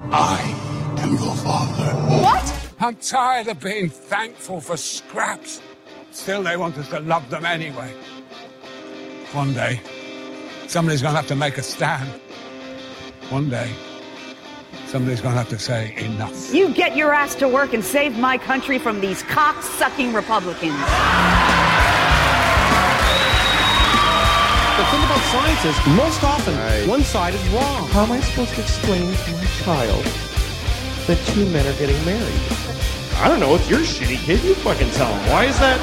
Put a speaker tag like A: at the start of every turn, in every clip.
A: I am your father.
B: What?
A: I'm tired of being thankful for scraps. Still, they want us to love them anyway. One day, somebody's going to have to make a stand. One day, somebody's going to have to say enough.
B: You get your ass to work and save my country from these cock sucking Republicans.
C: The thing about science is, most often, one side is wrong.
D: How am I supposed to explain to my child that two men are getting married?
C: I don't know. It's your shitty kid. You fucking tell him. Why is that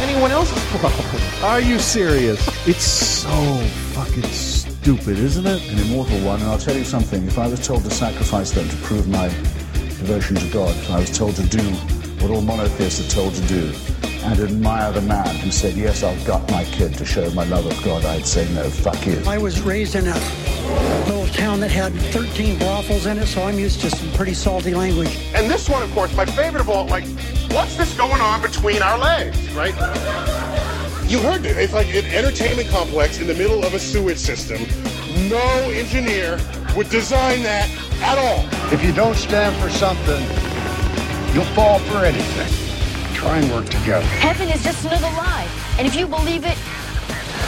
C: anyone else's problem?
E: Are you serious? it's so fucking stupid, isn't it?
F: an immortal one, and I'll tell you something. If I was told to sacrifice them to prove my devotion to God, if I was told to do what all monotheists are told to do, and admire the man who said, yes, I'll gut my kid to show my love of God, I'd say, no, fuck you.
G: I was raised in a little town that had 13 brothels in it, so I'm used to some pretty salty language.
H: And this one, of course, my favorite of all, like, what's this going on between our legs, right? You heard it. It's like an entertainment complex in the middle of a sewage system. No engineer would design that at all.
I: If you don't stand for something, you'll fall for anything. Try and work together.
J: Heaven is just another lie. And if you believe it,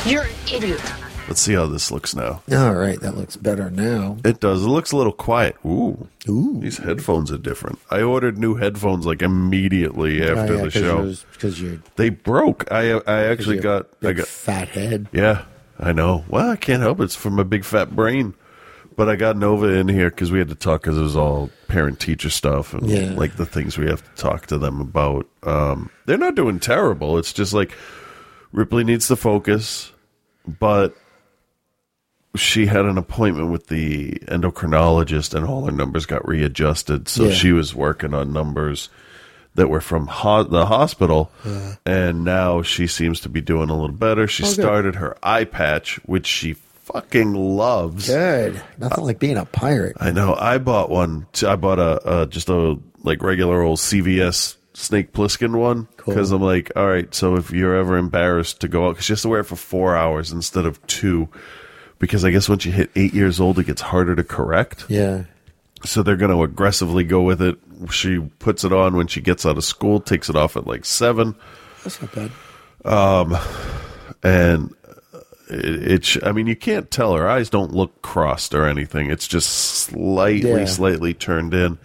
J: you're an idiot.
K: Let's see how this looks now.
D: All right, that looks better now.
K: It does. It looks a little quiet. Ooh.
D: Ooh.
K: These headphones are different. I ordered new headphones like immediately after the show.
D: because you're
K: They broke. I I actually
D: you're
K: got
D: big
K: I got
D: fat head.
K: yeah. I know. Well, I can't help it. It's from a big fat brain. But I got Nova in here because we had to talk because it was all parent teacher stuff and
D: Yeah.
K: like the things we have to talk to them about. Um, they're not doing terrible. It's just like Ripley needs to focus, but she had an appointment with the endocrinologist and all her numbers got readjusted. So
D: Yeah.
K: she was working on numbers that were from ho- the hospital. And now she seems to be doing a little better. She started her eye patch, which she fucking loves.
D: Good. Nothing like being a pirate.
K: I know. I bought one. t- I bought a uh, just a like regular old CVS Snake Plissken one
D: Cool.
K: because I'm like, all right. So if you're ever embarrassed to go out, because she has to wear it for four hours instead of two, because I guess once you hit eight years old, it gets harder to correct.
D: Yeah.
K: So they're going to aggressively go with it. She puts it on when she gets out of school, takes it off at like seven,
D: That's not bad.
K: and uh, it, it sh- I mean, you can't tell her eyes don't look crossed or anything. It's just slightly,
D: Yeah.
K: slightly turned in.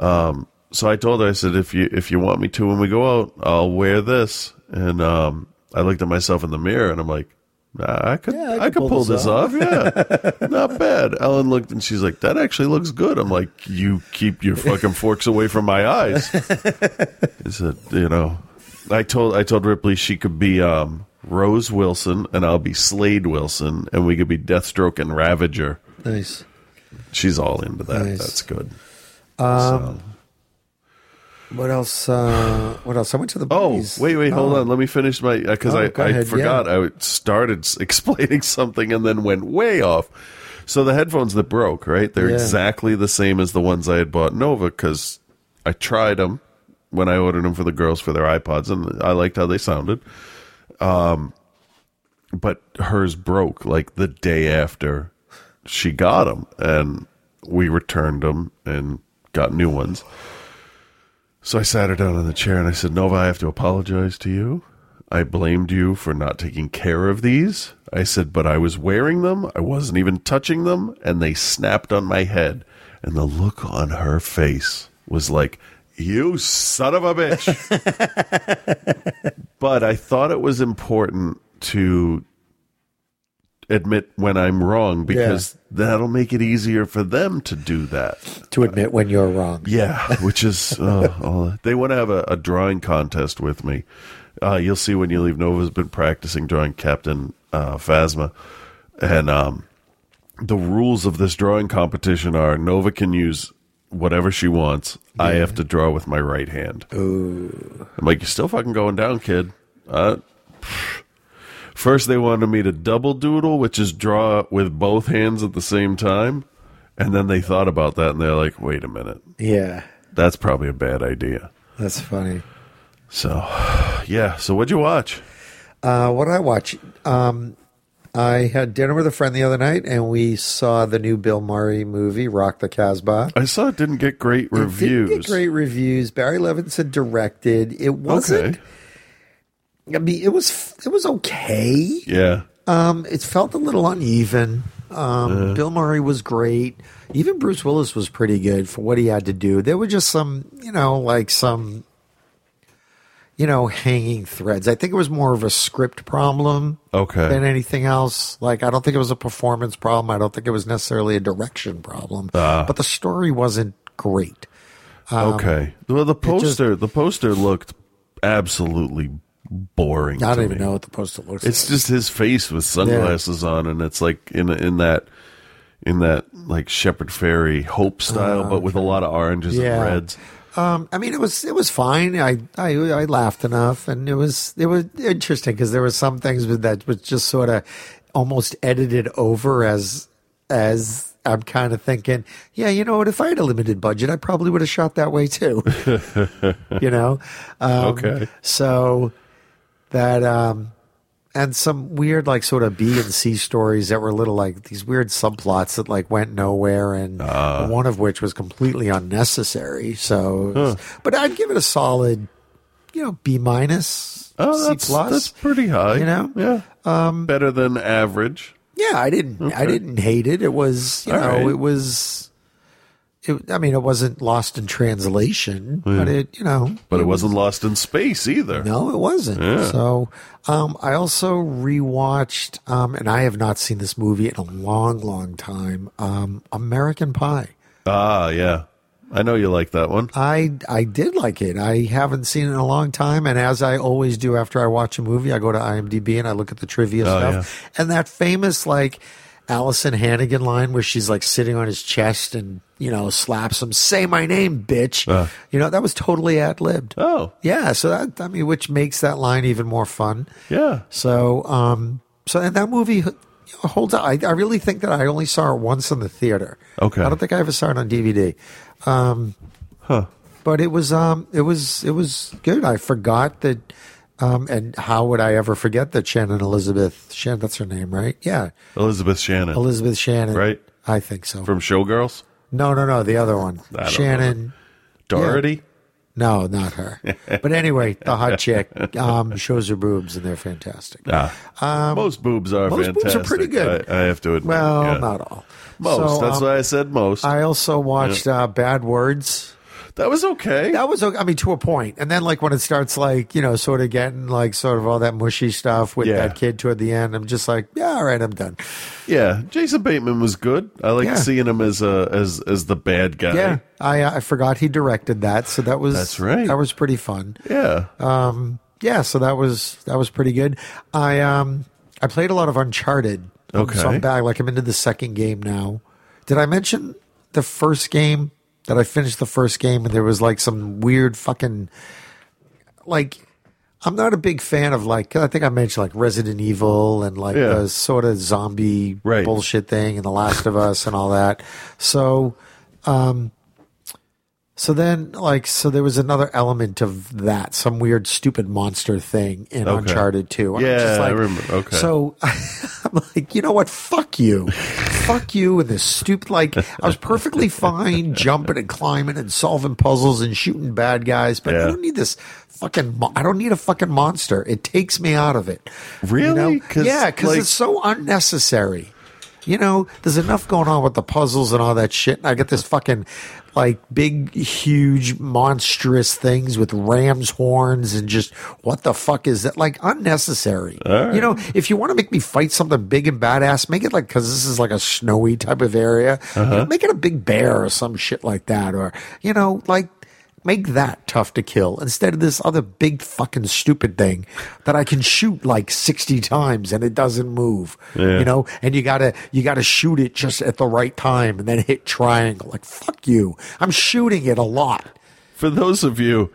K: Um, so I told her, I said, if you if you want me to when we go out, I'll wear this. And um, I looked at myself in the mirror, and I'm like, nah, I could,
D: Yeah,
K: I could, pull, this off. Yeah, not bad. Ellen looked, and she's like, that actually looks good. I'm like, you keep your fucking forks away from my eyes. I said, you know, I told I told Ripley she could be um, Rose Wilson and I'll be Slade Wilson, and we could be Deathstroke and Ravager.
D: Nice.
K: She's all into that.
D: Nice.
K: That's good.
D: What else? Uh, what else? I went to the
K: Oh,
D: movies.
K: wait, wait, hold
D: Oh,
K: on. Let me finish my because
D: Oh, go
K: I, I
D: ahead,
K: forgot
D: yeah.
K: I started s- explaining something and then went way off. So the headphones that broke, right? They're
D: Yeah.
K: exactly the same as the ones I had bought Nova because I tried them when I ordered them for the girls for their iPods and I liked how they sounded. Um, but hers broke like the day after she got them, and we returned them and got new ones. So I sat her down on the chair and I said, Nova, I have to apologize to you. I blamed you for not taking care of these. I said, but I was wearing them. I wasn't even touching them. And they snapped on my head. And the look on her face was like, you son of a bitch. but I thought it was important to admit when I'm wrong because that'll make it easier for them to do that.
D: To admit when you're wrong.
K: Yeah, which is uh, all, they want to have a, a drawing contest with me. Uh, you'll see when you leave. Nova's been practicing drawing Captain uh, Phasma, and um, the rules of this drawing competition are: Nova can use whatever she wants. I have to draw with my right hand. Ooh. I'm like, you're still fucking going down, kid. Uh, First, they wanted me to double doodle, which is draw with both hands at the same time. And then they thought about that and they're like, wait a minute.
D: Yeah.
K: That's probably a bad idea.
D: That's funny.
K: So, yeah. So, what'd you watch?
D: Uh, what I watch, um,
L: I had dinner with a friend the other night, and we saw the new Bill Murray movie, Rock the Casbah.
K: I saw it didn't get great
L: It didn't
K: reviews.
L: get great reviews. Barry Levinson directed. It wasn't. I mean, it was it was okay.
K: Yeah.
L: Um, it felt a little uneven. Um,
K: Yeah.
L: Bill Murray was great. Even Bruce Willis was pretty good for what he had to do. There were just some, you know, like some, you know, hanging threads. I think it was more of a script problem
K: Okay.
L: than anything else. Like, I don't think it was a performance problem. I don't think it was necessarily a direction problem.
K: Ah.
L: but the story wasn't great. Um,
K: okay. Well, the
L: it just-
K: poster, the poster looked absolutely boring.
L: I
K: to
L: don't even
K: me.
L: know what the poster looks
K: It's just his face with sunglasses on, and it's like in in that in that like Shepherd Fairy hope style, but with a lot of oranges
L: Oh, Yeah.
K: and reds.
L: Um, I mean, it was it was fine. I I, I laughed enough, and it was it was interesting because there were some things with that was just sort of almost edited over as as I'm kind of thinking, yeah, you know what? If I had a limited budget, I probably would have shot that way too. you know, Um,
K: Okay.
L: So that um, and some weird like sort of B and C stories that were little like these weird subplots that like went nowhere, and
K: Ah.
L: one of which was completely unnecessary. So, but I'd give it a solid, you know, B minus,
K: Oh,
L: C
K: that's
L: plus.
K: that's pretty high.
L: You know,
K: yeah,
L: um,
K: better than average.
L: Yeah, I didn't. I
K: Okay.
L: didn't hate it. It was, you
K: All
L: know,
K: right.
L: it was. It, I mean, it wasn't lost in translation, but
K: Yeah.
L: it, you know,
K: But it wasn't lost in space either.
L: No, it wasn't.
K: Yeah.
L: So, um, I also rewatched, um, and I have not seen this movie in a long, long time. Um, American Pie.
K: Ah, yeah. I know you like that one.
L: I I did like it. I haven't seen it in a long time, and as I always do after I watch a movie, I go to IMDb and I look at the trivia
K: Oh,
L: stuff, and that famous like Allison Hannigan line where she's like sitting on his chest and you know slaps him, "Say my name, bitch."
K: Uh.
L: You know that was totally ad libbed.
K: Oh,
L: yeah. So that I mean, which makes that line even more fun.
K: Yeah.
L: So um, so and that movie you know, holds out. I, I really think that I only saw it once in the theater.
K: Okay.
L: I don't think I ever saw it on DVD. Um,
K: huh.
L: But it was um it was it was good. I forgot that um and how would I ever forget that Shannon Elizabeth Shannon that's her name, right? Yeah.
K: Elizabeth Shannon.
L: Elizabeth Shannon.
K: right?
L: I think so.
K: From Showgirls?
L: No, no, no, the other one.
K: I don't
L: Shannon
K: Doherty?
L: Yeah. No, not her. but anyway, the hot chick um, shows her boobs and they're fantastic.
K: Ah.
L: Um,
K: most boobs are
L: most
K: fantastic.
L: boobs are pretty good.
K: I, I have to admit.
L: Well,
K: yeah.
L: not all. So,
K: Most. That's
L: um,
K: why I said most.
L: I also watched uh, Bad Words.
K: That was okay.
L: That was okay. I mean, to a point. And then, like, when it starts, like, you know, sort of getting, like, sort of all that mushy stuff with
K: Yeah.
L: that kid toward the end, I'm just like, yeah, all right, I'm done.
K: yeah, Jason Bateman was good. I like
L: Yeah.
K: seeing him as a as as the bad guy.
L: Yeah. I, I forgot he directed that. So that was,
K: That's right.
L: That was pretty fun.
K: Yeah.
L: Um, yeah. So that was, that was pretty good. I, um, I played a lot of Uncharted. Um,
K: Okay.
L: So I'm back. Like, I'm into the second game now. Did I mention the first game that I finished the first game and there was, like, some weird fucking, like, I'm not a big fan of like I think I mentioned like Resident Evil and like
K: Yeah.
L: the sort of zombie bullshit thing and The Last of Us and all that. So, um, so then like so there was another element of that some weird stupid monster thing in
K: Okay.
L: Uncharted 2. And I'm
K: Yeah,
L: just
K: I
L: like-
K: remember. Okay.
L: So I'm like, you know what? Fuck you, fuck you with this stupid. Like I was perfectly fine jumping and climbing and solving puzzles and shooting bad guys, but I
K: Yeah.
L: don't need this fucking. Mo- I don't need a fucking monster. It takes me out of it. You know?
K: Really? 'Cause,
L: yeah, because
K: like-
L: it's so unnecessary. You know, there's enough going on with the puzzles and all that shit. And I get this fucking like big, huge, monstrous things with ram's horns and just what the fuck is that? Like unnecessary.
K: right.
L: You know, if you want to make me fight something big and badass, make it like because this is like a snowy type of area. you
K: Uh-huh.
L: know, make it a big bear or some shit like that, or you know, like. Make that tough to kill instead of this other big fucking stupid thing that I can shoot like 60 times and it doesn't move.
K: Yeah.
L: You know, and you gotta you gotta shoot it just at the right time and then hit triangle. Like fuck you. I'm shooting it a lot.
K: For those of you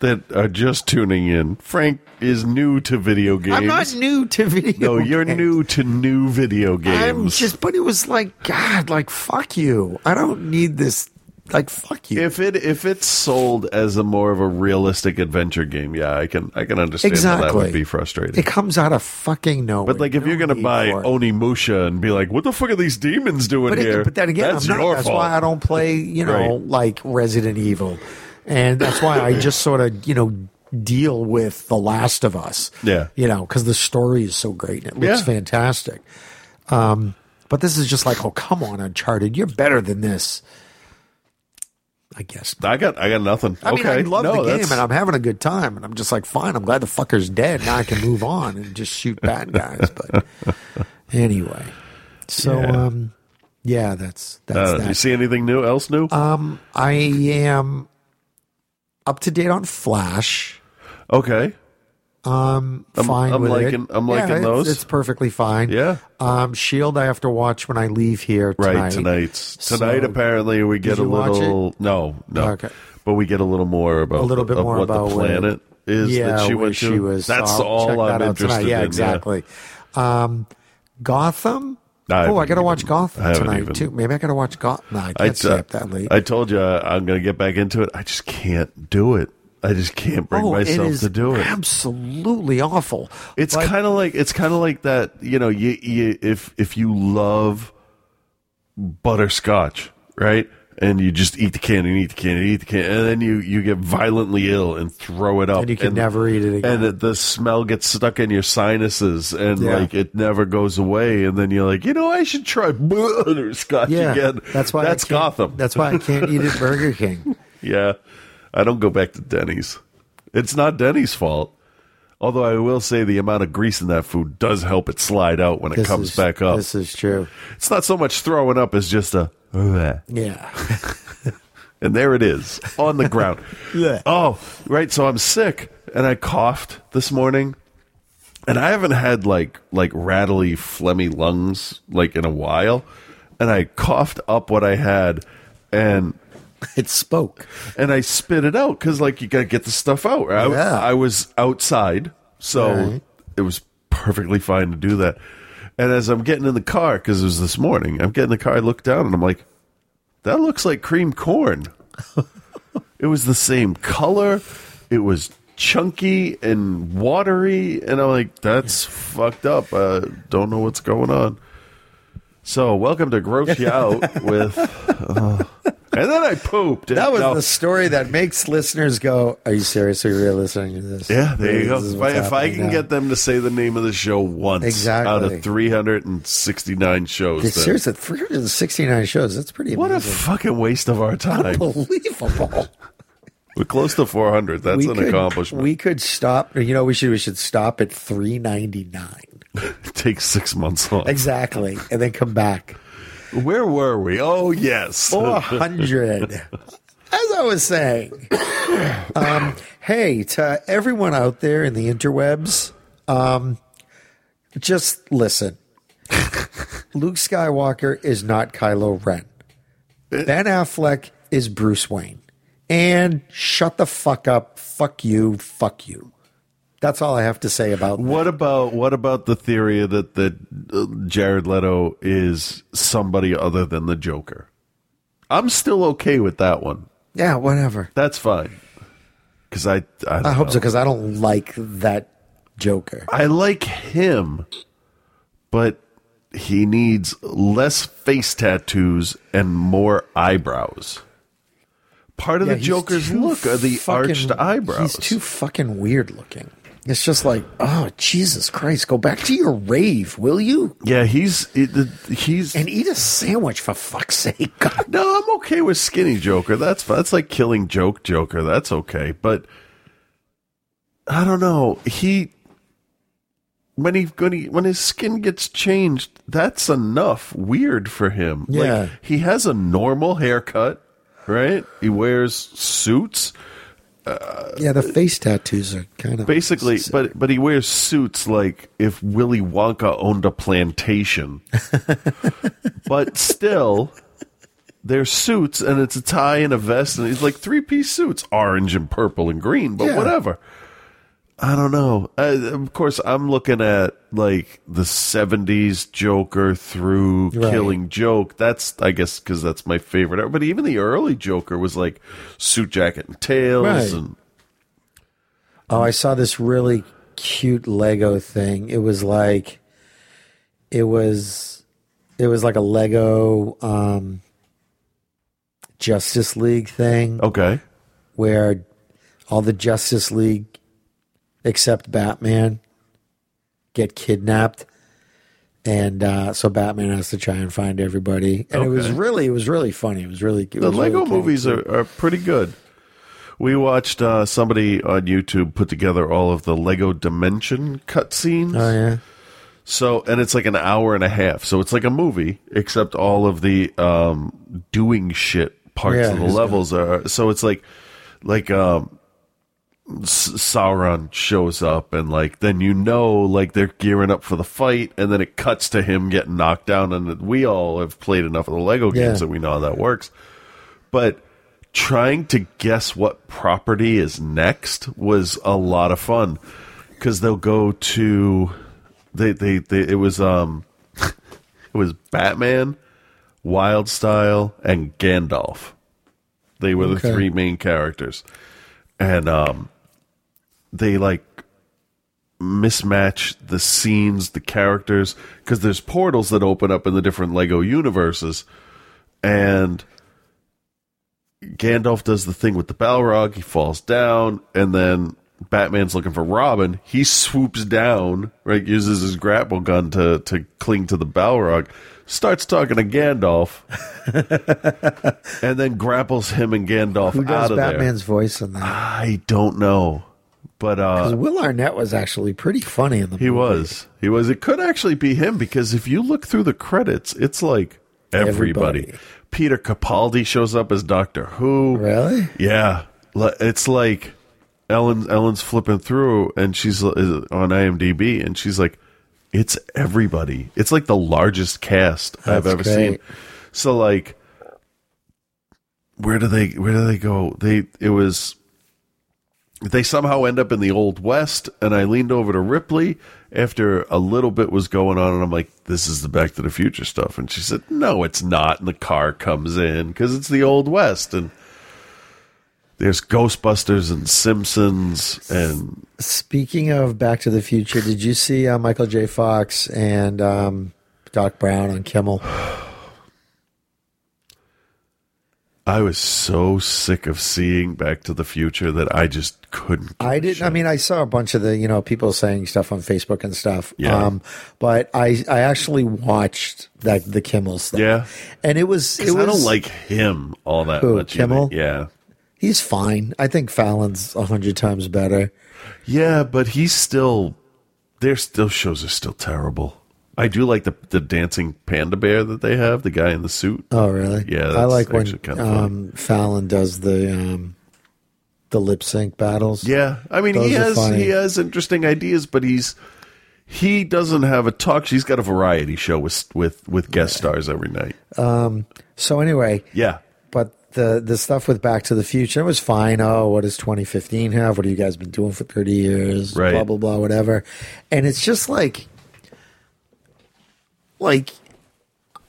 K: that are just tuning in, Frank is new to video games.
L: I'm not new to video.
K: No, you're
L: games.
K: new to new video games.
L: I'm just, but it was like, God, like, fuck you. I don't need this like fuck you.
K: If it if it's sold as a more of a realistic adventure game, yeah, I can I can understand how that
L: Exactly.
K: would be frustrating.
L: It comes out of fucking nowhere.
K: but like if you're gonna buy Onimusha and be like, what the fuck are these demons doing
L: but, it-
K: here?
L: but then again,
K: that's
L: I'm not,
K: your
L: that's
K: fault.
L: why I don't play, you know,
K: Right.
L: like Resident Evil. And that's why I just sort of, you know, deal with The Last of Us.
K: Yeah.
L: You know, because the story is so great and it looks
K: Yeah.
L: fantastic. Um, but this is just like, oh, come on, Uncharted. You're better than this. I guess.
K: I got I got nothing.
L: I
K: okay,
L: mean, I love
K: No,
L: the game
K: that's-
L: and I'm having a good time. And I'm just like, fine, I'm glad the fucker's dead. Now I can move on and just shoot bad guys. But anyway, so,
K: Yeah. Uh,
L: um, yeah, that's,
K: I
L: that's
K: don't know.
L: that.
K: You see anything new else new?
L: Um, I am up to date on Flash.
K: Okay.
L: Um,
K: I'm-
L: fine.
K: I'm
L: with
K: liking-
L: it.
K: I'm
L: Yeah,
K: liking
L: it's-
K: those.
L: It's perfectly fine.
K: Yeah.
L: Um, Shield. I have to watch when I leave here tonight.
K: Right tonight. Tonight,
L: So,
K: apparently, we
L: Did
K: get a
L: you watch it?
K: little no, no.
L: Okay.
K: But we get a little more about
L: A little bit
K: of
L: more
K: what
L: about
K: the
L: where-
K: planet is
L: yeah,
K: that she
L: where
K: went to.
L: she was.
K: That's
L: So I'll check
K: all I'm
L: that out
K: interested
L: tonight. Yeah,
K: in.
L: exactly. Um, Gotham.
K: I
L: oh, I
K: haven't
L: gotta watch
K: I
L: Gotham
K: haven't
L: tonight
K: even-
L: too. Maybe I gotta watch Gotham. No, I can't
K: I
L: stay
K: t-
L: up that late.
K: I told you I, am going to get back into it. I just can't do it. I just can't bring
L: oh, it
K: myself
L: is
K: to do it.
L: absolutely awful.
K: It's
L: But-
K: kind of like it's kind of like that. You know, you, you if if you love butterscotch, right? And you just eat the candy, and eat the candy, eat the candy, and then you you get violently ill and throw it up,
L: And you can never eat it again.
K: And it, the smell gets stuck in your sinuses, and
L: Yeah.
K: like it never goes away. And then you're like, you know, I should try butterscotch
L: Yeah,
K: again.
L: that's why I
K: that's
L: can't-
K: Gotham.
L: That's why I can't eat at Burger King.
K: Yeah. I don't go back to Denny's. It's not Denny's fault. Although I will say the amount of grease in that food does help it slide out when it
L: This
K: comes
L: is-
K: back up.
L: This is true.
K: It's not so much throwing up as just a "Bleh."
L: Yeah.
K: and there it is on the ground.
L: Bleh.
K: oh, right, so I'm sick and I coughed this morning. And I haven't had like like rattly phlegmy lungs like in a while. And I coughed up what I had and
L: it spoke
K: and I spit it out because like you gotta get the stuff out. I,
L: Yeah.
K: I was outside, so
L: Right.
K: it was perfectly fine to do that. And as I'm getting in the car because it was this morning, I'm getting in the car. I look down and I'm like, that looks like cream corn. it was the same color. It was chunky and watery, and I'm like, that's fucked up. I don't know what's going on. So, welcome to Gross You Out with. uh, and then I pooped.
L: That was
K: No.
L: the story that makes listeners go, "Are you serious? Are you really listening to this?"
K: Yeah, there you
L: This
K: go.
L: is
K: If I,
L: what's
K: if I
L: happening
K: can
L: now.
K: get them to say the name of the show once
L: Exactly.
K: out of 369 shows,
L: Dude,
K: then-
L: seriously, 369 shows. That's pretty.
K: what a
L: amazing.
K: fucking waste of our time.
L: Unbelievable.
K: We're close to 400. That's
L: We
K: an
L: could-
K: accomplishment.
L: We could stop. You know, we should we should stop at 399
K: It takes six months long.
L: exactly, and then come back
K: Where were we? Oh, yes.
L: 400. As I was saying, um, hey, to everyone out there in the interwebs, um, just listen. Luke Skywalker is not Kylo Ren. Ben Affleck is Bruce Wayne. And shut the fuck up. Fuck you. Fuck you. That's all I have to say about
K: What about what about the theory that that uh, Jared Leto is somebody other than the Joker? I'm still okay with that one.
L: Yeah, whatever.
K: That's fine. Because I, I,
L: I hope
K: know.
L: so because I don't like that Joker.
K: I like him, but he needs less face tattoos and more eyebrows. Part of
L: Yeah,
K: the
L: he's
K: Joker's
L: too
K: look are the
L: fucking-
K: arched eyebrows.
L: He's too fucking weird looking. It's just like, oh Jesus Christ, go back to your rave, will you?
K: yeah, he's it, the- he's
L: And eat a sandwich for fuck's sake. God.
K: no. I'm okay with skinny Joker. That's fi- that's like killing joke Joker. That's okay, but I don't know. He when he when he when his skin gets changed, that's enough weird for him.
L: Yeah.
K: Like he has a normal haircut, right? He wears suits.
L: Yeah, the face tattoos are kind of
K: Basically, but but he wears suits like if Willy Wonka owned a plantation. but still they're suits and it's a tie and a vest and it's like three piece suits, orange and purple and green, but
L: Yeah.
K: whatever. I don't know. I, of course, I'm looking at like the '70s Joker through
M: Right.
K: Killing Joke. That's I guess because that's my favorite. But even the early Joker was like suit jacket and tails,
L: Right.
K: and
L: Oh, I saw this really cute Lego thing. It was like it was it was like a Lego um Justice League thing.
K: Okay.
L: Where all the Justice League except Batman get kidnapped. And uh, so Batman has to try and find everybody. And it was
K: Okay.
L: really it was really funny. It was really it
K: the
L: was really
K: Lego
L: kinda
K: movies
L: cute.
K: are, are pretty good. We watched uh, somebody on YouTube put together all of the Lego Dimension cutscenes.
L: Oh yeah.
K: So and it's like an hour and a half. So it's like a movie, except all of the um, doing shit parts
M: Yeah,
K: of the
M: it's
K: levels are. So it's like like um, S- Sauron shows up, and like then you know like they're gearing up for the fight, and then it cuts to him getting knocked down. And we all have played enough of the Lego
M: Yeah.
K: games that we know how that works. But trying to guess what property is next was a lot of fun because they'll go to they, they they it was um it was Batman, Wild Style, and Gandalf. They were the
M: Okay.
K: three main characters, and um, they like mismatch the scenes, the characters, because there's portals that open up in the different Lego universes, and Gandalf does the thing with the Balrog. He falls down, and then Batman's looking for Robin. He swoops down, right? Uses his grapple gun to to cling to the Balrog. Starts talking to Gandalf, and then grapples him and Gandalf
L: Who
K: out
L: does
K: of
L: Batman's
K: there.
L: voice in that?
K: I don't know, but uh,
L: 'Cause Will Arnett was actually pretty funny in the
K: he was. He was. It could actually be him because if you look through the credits, it's like everybody. Peter Capaldi shows up as Doctor Who.
L: Really?
K: Yeah. Li- It's like Ellen. Ellen's flipping through, and she's l- is on IMDb, and she's like, "It's everybody. It's like the largest cast I've
M: That's
K: ever seen."
M: great.
K: So like where do they where do they go? They it was they somehow end up in the old west and I leaned over to Ripley after a little bit was going on and I'm like this is the back to the future stuff and she said no it's not and the car comes in cuz it's the old west and there's Ghostbusters and Simpsons and
L: Speaking of Back to the Future, did you see uh, Michael J. Fox and um, Doc Brown on Kimmel?
K: I was so sick of seeing Back to the Future that I just couldn't
L: I didn't. I mean, I saw a bunch of the you know people saying stuff on Facebook and stuff. um,
K: Yeah.
L: but I I actually watched that the Kimmel stuff.
K: Yeah.
L: and it was it
K: 'Cause
L: was
K: I don't like him all that
L: Who,
K: much. either.
L: Kimmel?
K: Yeah.
L: He's fine. I think Fallon's a hundred times better.
K: Yeah, but he's still their still shows are still terrible. I do like the the dancing panda bear that they have, the guy in the suit.
L: Oh, really?
K: Yeah,
L: I
K: that's
L: like when
K: actually kinda funny.
L: um, Fallon does the um, the lip sync battles.
K: Yeah, I mean he
L: Those are
K: has
L: funny.
K: he has interesting ideas, but he's he doesn't have a talk. She's got a variety show with with with guest stars every night.
L: Um, so anyway,
K: Yeah.
L: but the the stuff with Back to the Future it was fine. Oh, what does 2015 have? What have you guys been doing for 30 years?
M: Right.
L: Blah blah blah, whatever. And it's just like, like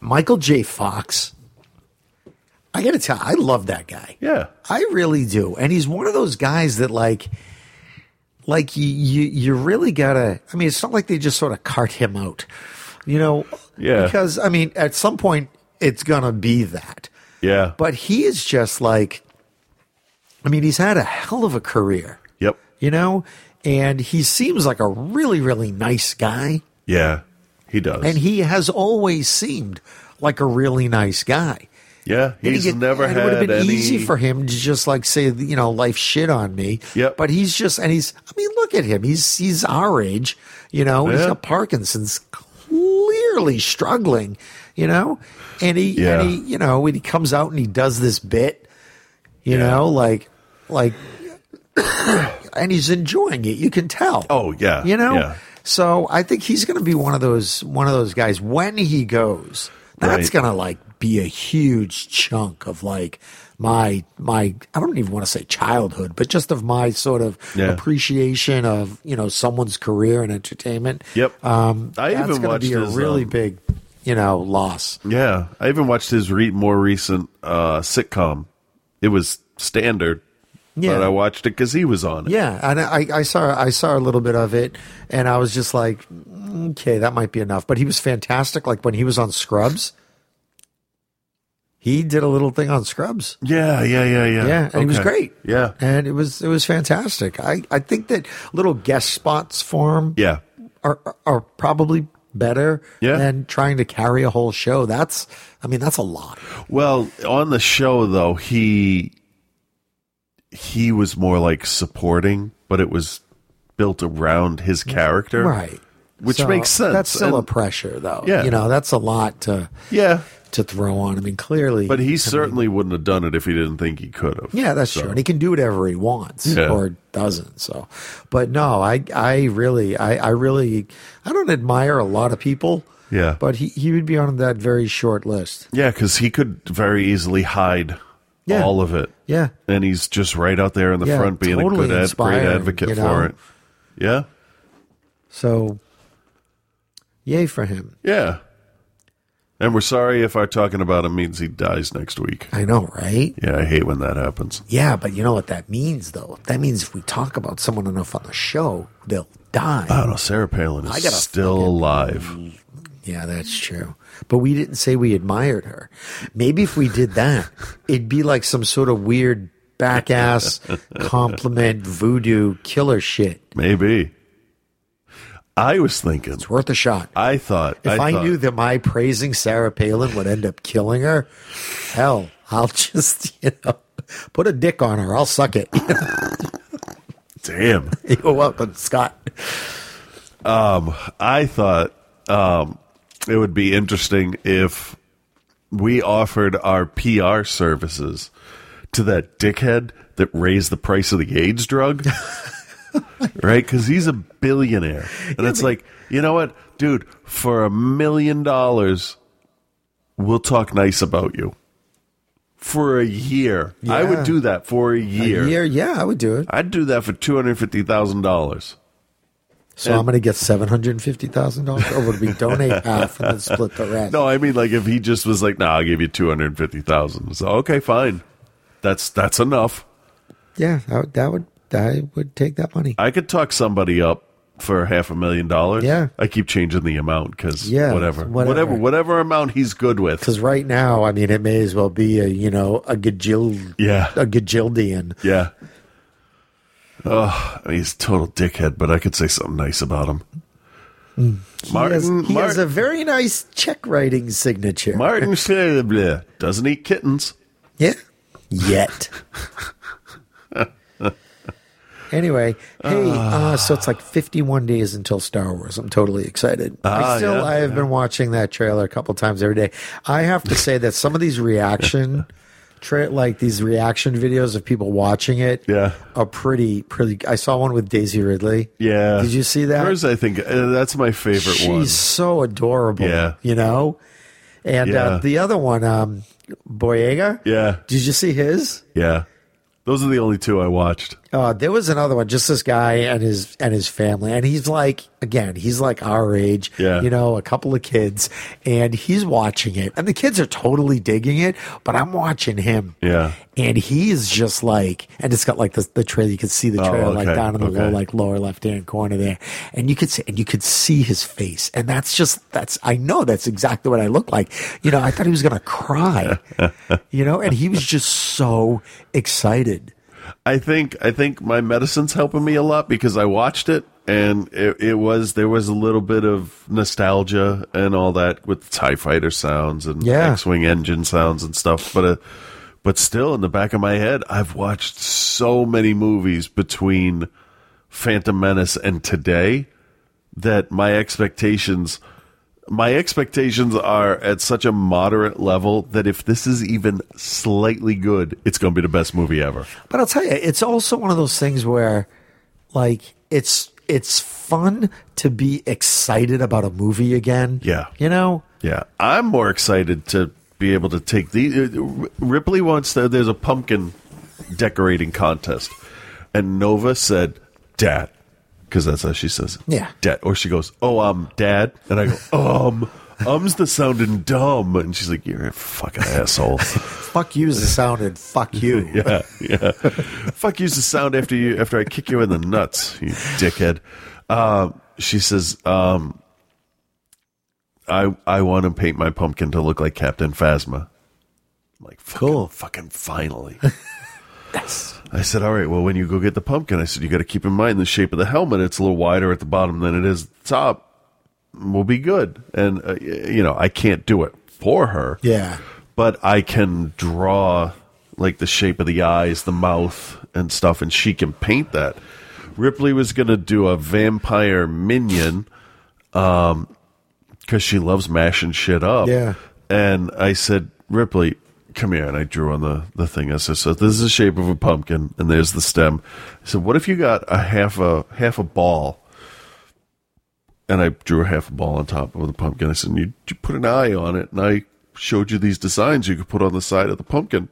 L: Michael J. Fox. I gotta tell, I love that guy.
K: Yeah,
L: I really do. And he's one of those guys that like, like you you, you really gotta. I mean, it's not like they just sort of cart him out, you know?
K: Yeah.
L: Because I mean, at some point, it's gonna be that.
K: Yeah.
L: But he is just like, I mean, he's had a hell of a career.
K: Yep.
L: You know, and he seems like a really, really nice guy.
K: Yeah. He does.
L: And he has always seemed like a really nice guy.
K: yeah,
L: Then
K: he's
L: he get-
K: never
L: and
K: had
L: It would have been
K: any
L: easy for him to just like say, you know, life shit on me. Yep. But he's just, and he's. I mean, look at him. He's he's our age. You know, he's
M: Yeah.
L: got Parkinson's, clearly struggling. You know, and he
M: Yeah.
L: and he, you know, when he comes out and he does this bit, you know, like like, and he's enjoying it. You can tell.
K: Oh yeah,
L: You know.
K: yeah.
L: So I think he's going to be one of those one of those guys when he goes. That's
K: Right.
L: going to like be a huge chunk of like my my I don't even want to say childhood, but just of my sort of
K: Yeah.
L: appreciation of you know someone's career in entertainment.
K: Yep.
L: Um,
K: I
L: that's
K: even
L: gonna
K: watched
L: be a
K: his,
L: really
K: um,
L: big, you know, loss.
K: Yeah, I even watched his re- more recent uh, sitcom. It was standard,
L: Yeah.
K: but I watched it because he was on it.
L: Yeah, and I, I saw I saw a little bit of it, and I was just like, "Mm, okay, that might be enough. But he was fantastic. Like when he was on Scrubs, he did a little thing on Scrubs.
K: Yeah, yeah, yeah, yeah.
L: yeah, and he was
K: Okay.
L: great.
K: Yeah,
L: and it was it was fantastic. I I think that little guest spots for him,
K: yeah,
L: are are probably better
K: Yeah.
L: than trying to carry a whole show. That's I mean that's a lot.
K: Well, on the show though, he he was more like supporting, but it was built around his character,
L: Right.
K: Which
L: So
K: makes sense.
L: That's still
K: And-
L: a pressure, though.
K: Yeah.
L: you know that's a lot to
K: yeah
L: to throw on. I mean, clearly,
K: But he certainly wouldn't have done it if he didn't think he could have.
L: Yeah, that's
K: So,
L: true. And he can do whatever he wants
K: Yeah.
L: or doesn't. So, but no, I, I really, I, I really, I don't admire a lot of people,
K: Yeah,
L: but he, he would be on that very short list.
K: yeah, because he could very easily hide
L: Yeah.
K: all of it.
L: Yeah.
K: and he's just right out there in the
L: Yeah,
K: front, being
L: totally
K: a good, ad, great
L: inspiring,
K: advocate
L: you know?
K: for it. Yeah,
L: So, yay for him.
K: yeah. And we're sorry if our talking about him means he dies next week.
L: I know, right?
K: Yeah, I hate when that happens.
L: Yeah, but you know what that means, though? That means if we talk about someone enough on the show, they'll die.
K: I don't know. Sarah Palin
L: I
K: is
L: gotta
K: still alive.
L: Yeah, that's true. But we didn't say we admired her. Maybe if we did that, it'd be like some sort of weird back ass compliment voodoo killer shit.
K: Maybe. I was thinking. It's
L: worth a shot.
K: I thought.
L: If I,
K: thought-
L: knew that my praising Sarah Palin would end up killing her, hell, I'll just, you know, put a dick on her. I'll suck it.
K: Damn.
L: You're welcome, Scott.
K: Um, I thought um, it would be interesting if we offered our PR services to that dickhead that raised the price of the AIDS drug. right? Because he's a billionaire. And it's like, you know what? Dude, for a million dollars, we'll talk nice about you. For a year. I
L: Yeah.
K: would do that for a year.
L: year, yeah, I would do it.
K: I'd do that for $250,000.
L: So I'm going to get $750,000 or would we donate half and then split the rest?
K: No, I mean like if he just was like, "No, I'll give you two hundred fifty thousand. So okay, fine, that's that's enough.
L: Yeah, that would, that would, I would take that money.
K: I could talk somebody up for half a million dollars.
L: Yeah.
K: I keep changing the amount because
L: Yeah,
K: whatever,
L: whatever.
K: whatever, whatever, amount he's good with.
L: Because right now, I mean, it may as well be a you know a gajild,
K: Yeah.
L: a gajildian.
K: Yeah. Oh, he's a total dickhead, but I could say something nice about him. Martin,
L: Mm. he has, he has
K: Martin,
L: a very nice check writing signature.
K: Martin Schleble doesn't eat kittens.
L: Yeah. Yet. Anyway, hey, uh, so it's like 51 days until Star Wars. I'm totally excited. I
K: Ah,
L: still,
K: yeah,
L: I have been watching that trailer a couple times every day. I have to say that some of these reaction, tra- like these reaction videos of people watching it,
K: Yeah.
L: are pretty, pretty. I saw one with Daisy Ridley.
K: Yeah.
L: Did you see that?
K: Hers, I think uh, that's my favorite
L: She's
K: one.
L: so adorable.
K: Yeah.
L: You know? And uh,
K: Yeah.
L: the other one, um, Boyega.
K: Yeah.
L: Did you see his?
K: Yeah. Those are the only two I watched.
L: Uh, there was another one, just this guy and his and his family, and he's like, again, he's like our age,
K: Yeah.
L: you know, a couple of kids, and he's watching it, and the kids are totally digging it, but I'm watching him,
K: Yeah.
L: and he is just like, and it's got like the the trailer, you can see the
K: Oh,
L: trailer like
K: okay,
L: down in the low,
K: okay.
L: like lower left hand corner there, and you could see, and you could see his face, and that's just that's I know that's exactly what I look like, you know, I thought he was gonna cry, you know, and he was just so excited.
K: I think I think my medicine's helping me a lot because I watched it and it, it was there was a little bit of nostalgia and all that with Tie Fighter sounds and
L: Yeah.
K: X-wing engine sounds and stuff, but uh, but still in the back of my head, I've watched so many movies between Phantom Menace and today that my expectations my expectations are at such a moderate level that if this is even slightly good, it's going to be the best movie ever.
L: But I'll tell you, it's also one of those things where, like, it's it's fun to be excited about a movie again.
K: Yeah.
L: You know,
K: Yeah. I'm more excited to be able to take these. Ripley wants to. There's a pumpkin decorating contest, and Nova said, "Dad," because that's how she says, it.
L: Yeah.
K: Dad," or she goes, "Oh, um, Dad," and I go, "Um." Um's the sounding dumb, and she's like, "You're a fucking asshole."
L: fuck you's the sound and fuck you.
K: yeah, yeah. Fuck use the sound after you after I kick you in the nuts, you dickhead. Um, she says, um, I I want to paint my pumpkin to look like Captain Phasma. I'm like fucking, cool, fucking finally. I said, all right, well, when you go get the pumpkin, I said, you got to keep in mind the shape of the helmet. It's a little wider at the bottom than it is at the top. We'll be good. And, uh, y- you know, I can't do it for her
L: Yeah.
K: but I can draw like the shape of the eyes, the mouth, and stuff, and she can paint that. Ripley was going to do a vampire minion um, because she loves mashing shit up.
L: Yeah.
K: And I said, Ripley, come here. And I drew on the, the thing. I said, so this is the shape of a pumpkin, and there's the stem. I said, what if you got a half a half a ball? And I drew a half a ball on top of the pumpkin. I said, you, you put an eye on it, and I showed you these designs you could put on the side of the pumpkin,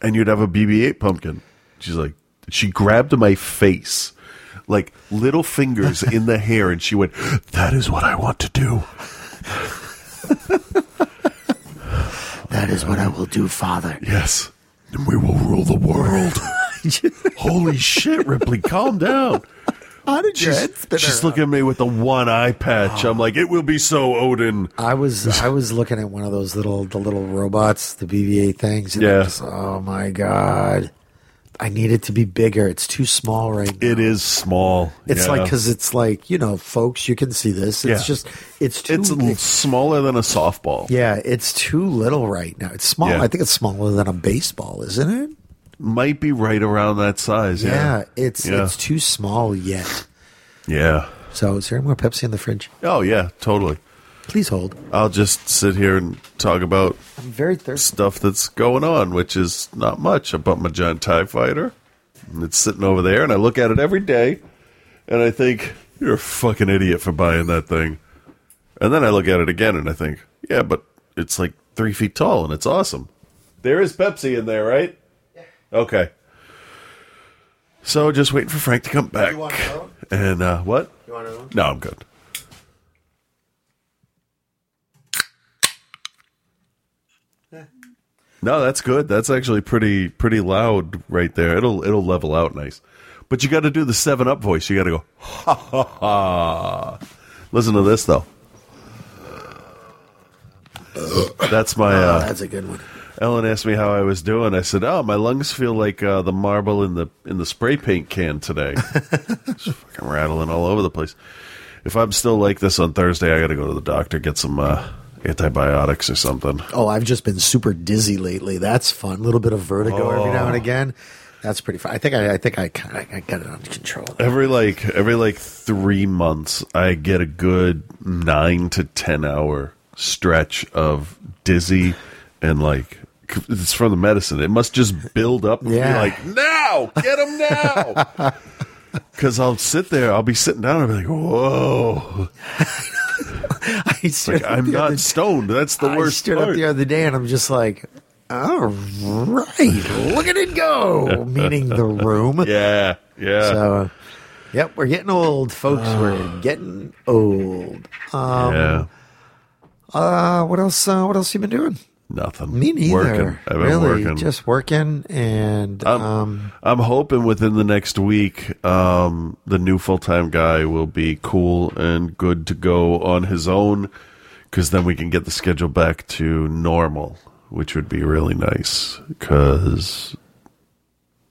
K: and you'd have a BB-8 pumpkin. She's like, she grabbed my face. Like little fingers in the hair, and she went, That is what I want to do.
L: That is what I will do, Father.
K: Yes. And we will rule the world. Holy shit, Ripley, calm down.
L: How did your
K: She's,
L: head spin
K: she's
L: around?
K: looking at me with a one eye patch. I'm like, it will be so Odin.
L: I was I was looking at one of those little the little robots, the BBA things. And
K: Yeah.
L: I'm just, oh my god. I need it to be bigger. It's too small right now.
K: It is small.
L: It's
K: Yeah.
L: like because it's like you know, folks, you can see this. It's
K: Yeah.
L: just it's too
K: it's a little smaller than a softball.
L: yeah, it's too little right now. It's small.
K: Yeah.
L: I think it's smaller than a baseball, isn't it?
K: Might be right around that size. Yeah.
L: Yeah, it's
K: yeah.
L: it's too small yet.
K: yeah.
L: So is there more Pepsi in the fridge?
K: Oh yeah, totally.
L: Please hold.
K: I'll just sit here and talk about
L: I'm very thirsty.
K: stuff that's going on, which is not much. I bought my giant TIE fighter, and it's sitting over there, and I look at it every day, and I think, you're a fucking idiot for buying that thing. And then I look at it again, and I think, yeah, but it's like three feet tall, and it's awesome. There is Pepsi in there, right? Okay. So just waiting for Frank to come back. And uh, what? You want another No, I'm good. No, that's good. That's actually pretty pretty loud right there. It'll it'll level out nice. But you got to do the seven up voice. You got to go ha ha ha. Listen to this though. That's my.
L: Oh,
K: Uh,
L: that's a good one.
K: Ellen asked me how I was doing. I said, "Oh, my lungs feel like uh, the marble in the in the spray paint can today. Just fucking rattling all over the place. If I'm still like this on Thursday, I got to go to the doctor get some uh, antibiotics or something."
L: Oh, I've just been super dizzy lately. That's fun. A little bit of vertigo every now
K: Oh.
L: and again. That's pretty fun. I think I, I think I, kinda- I got it under control.
K: every like every like three months i get a good nine to ten hour stretch of dizzy and like c- it's from the medicine it must just build up and
M: Yeah.
K: be like now get him now because i'll sit there i'll be sitting down and i'll be like whoa
L: It's
K: like, i'm not stoned that's the
L: I
K: worst
L: stood up
K: part.
L: the other day and I'm just like, all right, look at it go. Meaning the room.
K: yeah yeah
L: So, yep, we're getting old, folks. we're getting old. Um,
K: yeah
L: Uh, what else? Uh, what else you been doing?
K: nothing
L: Me neither.
K: working. i've been
L: really,
K: working
L: just working and
K: I'm,
L: um,
K: I'm hoping within the next week, um, the new full time guy will be cool and good to go on his own, because then we can get the schedule back to normal, which would be really nice. Because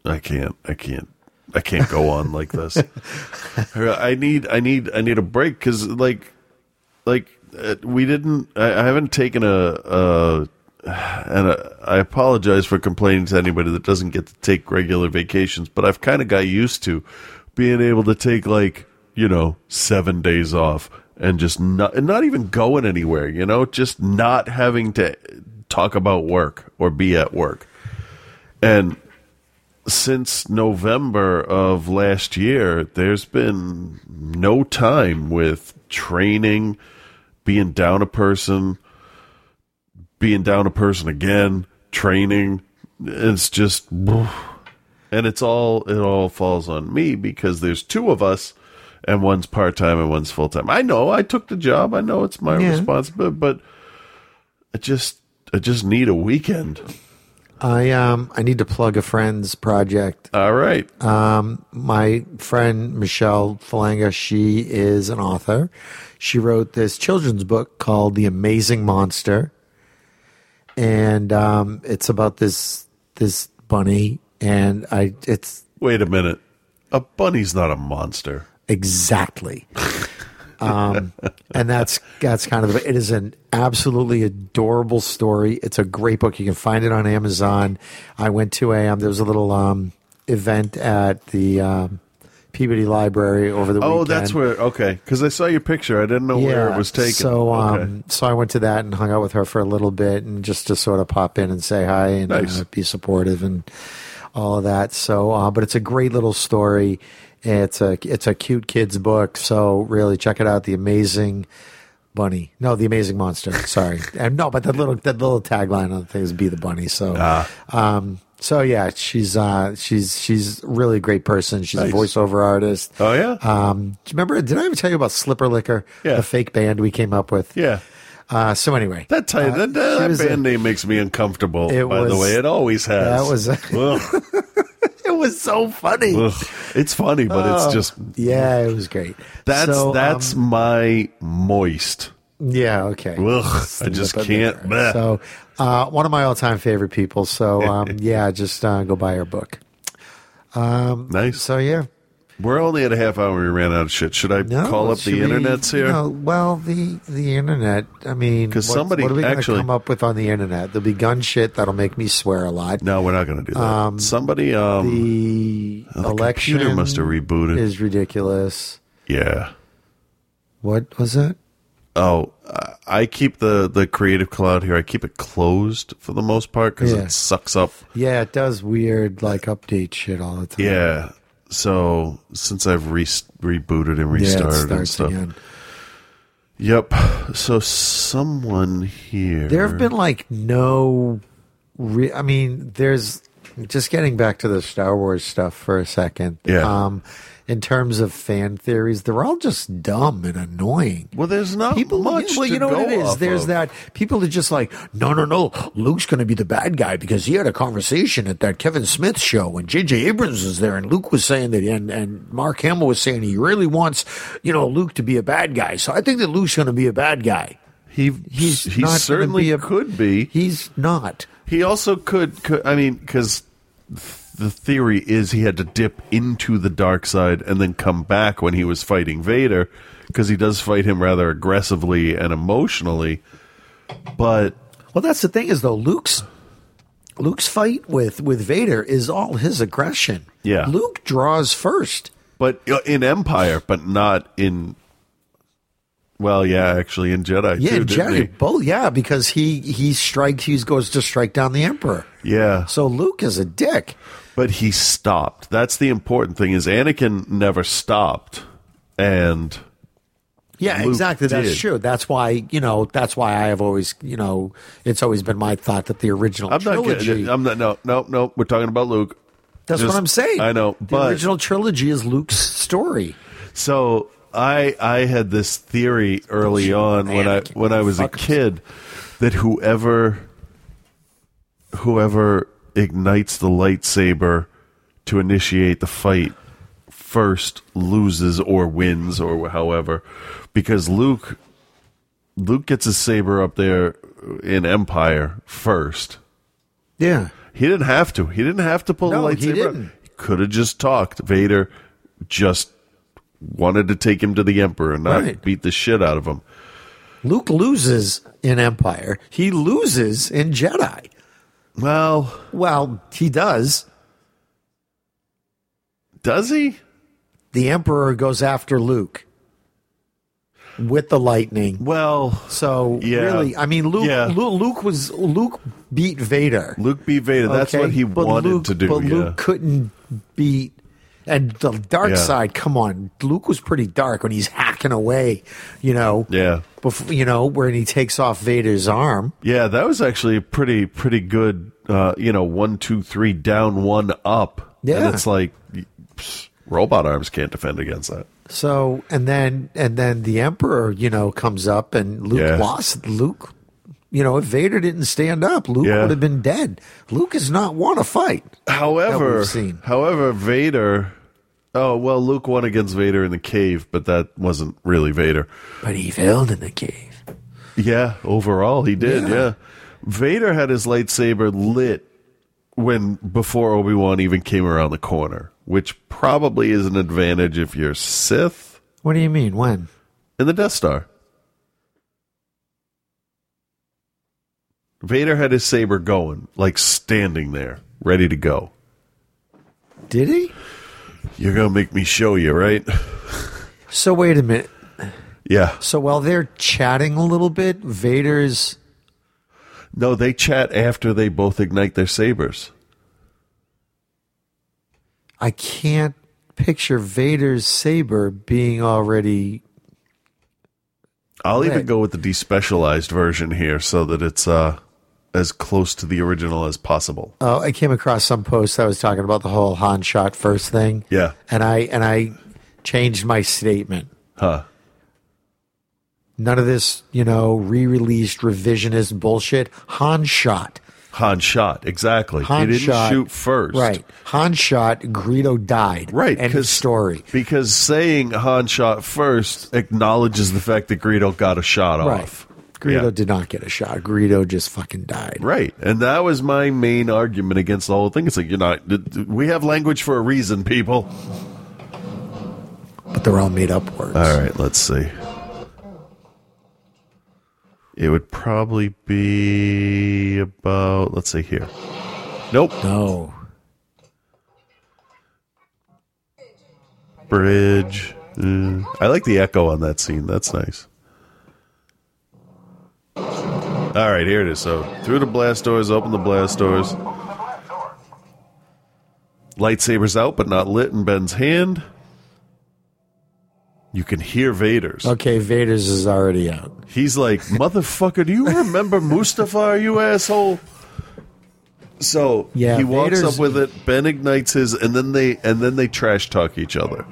K: I can't, I can't, I can't go on like this. I need, I need, I need a break because like like uh, we didn't I, I haven't taken a, a and uh, I apologize for complaining to anybody that doesn't get to take regular vacations but I've kind of got used to being able to take like you know 7 days off and just not and not even going anywhere you know just not having to talk about work or be at work and since November of last year, there's been no time with training, being down a person, being down a person again, training. It's just, and it's all it all falls on me because there's two of us, and one's part time and one's full time. I know I took the job. I know it's my
L: Yeah.
K: responsibility, but I just I just need a weekend.
L: I um I need to plug a friend's project.
K: All right.
L: Um my friend Michelle Falanga, she is an author. She wrote this children's book called The Amazing Monster. And um it's about this this bunny and I it's
K: Wait a minute, a bunny's not a monster.
L: Exactly. um, and that's that's kind of it is an absolutely adorable story. It's a great book. You can find it on Amazon. I went to a um, there was a little um, event at the um, Peabody Library over the
K: oh,
L: weekend.
K: that's where. Okay, because I saw your picture. I didn't know where it was taken.
L: So, um,
K: Okay.
L: so I went to that and hung out with her for a little bit, and just to sort of pop in and say hi and uh,
K: Nice.
L: be supportive and all of that. So, uh, but it's a great little story. It's a it's a cute kids book. So really check it out. The amazing bunny. No, the amazing monster. Sorry, and no, but the little the little tagline on the thing is "Be the bunny." So,
K: Ah.
L: um, so yeah, she's uh, she's she's really a great person. She's
K: Nice.
L: a voiceover artist.
K: Oh yeah.
L: Um, do you remember? Did I ever tell you about Slipper Liquor?
K: Yeah.
L: The fake band we came up with.
K: Yeah.
L: Uh, so anyway,
K: That, ti- that,
L: she
K: that,
L: was a-
K: band name makes me uncomfortable.
L: It
K: by the
L: was-
K: way, it always has.
L: that was a-
K: Ugh,
L: it was so funny.
K: ugh. It's funny, but
L: Oh,
K: it's just
L: yeah, it was great.
K: that's
L: So, um,
K: that's my moist.
L: yeah, okay.
K: Ugh, I just can't. bleh.
L: So, uh, one of my all-time favorite people. So, um, yeah, just uh, go buy her book. Um,
K: nice.
L: So yeah,
K: We're only at a half hour. We ran out of shit. Should I
L: No,
K: call up
L: should
K: the
L: we-
K: internets here?
L: no, well, the the internet. I mean,
K: 'Cause
L: what-
K: somebody
L: what are we gonna
K: actually-
L: come up with on the internet? There'll be gun shit that'll make me swear a lot.
K: No, we're not going to do that. Somebody, um,
L: the,
K: oh, the computer must
L: election
K: have rebooted.
L: is ridiculous.
K: yeah.
L: What was that?
K: Oh, I- I keep the the Creative Cloud here. I keep it closed for the most part because
L: Yeah.
K: it sucks up
L: Yeah, it does weird like update shit all the time.
K: Yeah. So since I've re- rebooted and
L: Yeah, it
K: restarted and
L: starts
K: stuff.
L: again.
K: Yep. So someone here.
L: There have been like no. Re- I mean, there's just getting back to the Star Wars stuff for a second.
K: Yeah.
L: Um, in terms of fan theories, they're all just dumb and annoying.
K: Well, there's not
L: people,
K: much
L: Well,
K: to
L: you know what
K: go
L: it is.
K: off
L: There's
K: of.
L: that people are just like, no, no, no. Luke's going to be the bad guy because he had a conversation at that Kevin Smith show, and J.J. Abrams was there, and Luke was saying that, and and Mark Hamill was saying he really wants, you know, Luke to be a bad guy. So I think that Luke's going to be a bad guy.
K: He
L: he's
K: he
L: not gonna
K: certainly
L: be a-
K: could be.
L: He's not.
K: He also could. could I mean, because the theory is he had to dip into the dark side and then come back when he was fighting Vader, because he does fight him rather aggressively and emotionally. But
L: Well, that's the thing is though Luke's Luke's fight with with Vader is all his aggression.
K: Yeah.
L: Luke draws first.
K: but uh, in Empire, but not in. Well, yeah, actually, in Jedi.
L: Yeah,
K: too,
L: and
K: didn't
L: Jedi, both. Yeah, because he he strikes. He goes to strike down the Emperor.
K: he? Yeah,
L: So Luke is a dick.
K: but he stopped. That's the important thing. Is Anakin never stopped, and
L: Yeah,
K: Luke
L: exactly. That's
K: did.
L: true. That's why you know. That's why I have always you know. It's always been my thought that the original
K: I'm not.
L: trilogy.
K: Getting, I'm not. No, no, no. We're talking about Luke.
L: that's
K: Just-
L: what I'm saying.
K: I know,
L: The
K: but
L: original trilogy is Luke's story.
K: So I I had this theory early on when I when I was a kid that whoever whoever ignites the lightsaber to initiate the fight first loses or wins or however because Luke Luke gets his saber up there in Empire first.
L: Yeah.
K: He didn't have to. He didn't have to pull
L: No,
K: the lightsaber.
L: he
K: out.
L: didn't.
K: He could have just talked. Vader just wanted to take him to the Emperor, not
L: Right.
K: beat the shit out of him.
L: Luke loses in Empire. He loses in Jedi.
K: Well,
L: Well, he does.
K: does he?
L: The Emperor goes after Luke with the lightning.
K: Well,
L: So
K: Yeah.
L: really, I mean, Luke,
K: Yeah.
L: Luke. Luke was Luke beat Vader.
K: Luke beat Vader. That's
L: okay?
K: what he
L: But
K: wanted
L: Luke-
K: to do.
L: But
K: yeah.
L: Luke couldn't beat. And the dark
K: Yeah.
L: side, come on, Luke was pretty dark when he's hacking walking away, you know.
K: Yeah.
L: Before, you know, when he takes off Vader's arm.
K: Yeah, that was actually a pretty pretty good. Uh, you know, one two three down, one up.
L: Yeah.
K: and it's like psh, robot arms can't defend against that.
L: So and then and then the Emperor, you know, comes up and Luke
K: Yeah.
L: lost Luke. You know, if Vader didn't stand up, Luke
K: Yeah.
L: would have been dead. Luke does not want to fight.
K: However,
L: we've seen.
K: however, Vader. Oh well, Luke won against Vader in the cave, but that wasn't really Vader.
L: But he failed in the cave.
K: Yeah, overall he did.
L: Yeah.
K: Yeah, Vader had his lightsaber lit when before Obi Wan even came around the corner, which probably is an advantage if you're Sith
L: What do you mean? When?
K: in the Death Star. Vader had his saber going, like standing there, ready to go.
L: Did he?
K: You're gonna make me show you, right?
L: So wait a minute.
K: Yeah.
L: So while they're chatting a little bit, Vader's
K: No, they chat after they both ignite their sabers.
L: I can't picture Vader's saber being already
K: I'll
L: Right.
K: even go with the despecialized version here so that it's uh, as close to the original as possible.
L: Oh, I came across some post that was talking about the whole Han shot first thing.
K: Yeah.
L: And I and I changed my statement.
K: Huh.
L: None of this, you know, re-released revisionist bullshit. Han shot.
K: Han shot, exactly.
L: Han
K: he didn't
L: shot-
K: shoot first.
L: Right. Han shot, Greedo died.
K: Right.
L: End of story.
K: Because saying Han shot first acknowledges the fact that Greedo got a shot off.
L: Greedo
K: Yeah.
L: did not get a shot. Greedo just fucking died.
K: Right. And that was my main argument against the whole thing. It's like, you're not, th- th- we have language for a reason, people.
L: But they're all made up words.
K: All right, let's see. It would probably be about, let's see here. Nope.
L: No.
K: Bridge. Uh, I like the echo on that scene. That's nice. All right, here it is. So, through the blast doors, open the blast doors. Lightsabers out, but not lit in Ben's hand. You can hear Vader's.
L: Okay, Vader's is already out.
K: He's like, motherfucker, do you remember Mustafar, you asshole? So
L: Yeah,
K: he walks
L: Vader's-
K: up with it, Ben ignites his, and then they and then they trash talk each other.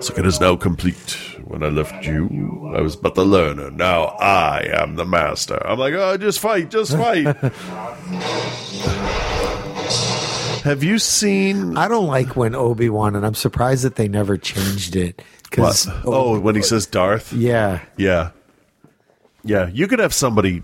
K: So it is now complete. When I left you, I was but the learner. Now I am the master. I'm like, oh, just fight, just fight. Have you seen?
L: I don't like when Obi Wan, and I'm surprised that they never changed it.
K: what?
L: Because
K: Oh, when he says Darth?
L: yeah,
K: Yeah. Yeah, you could have somebody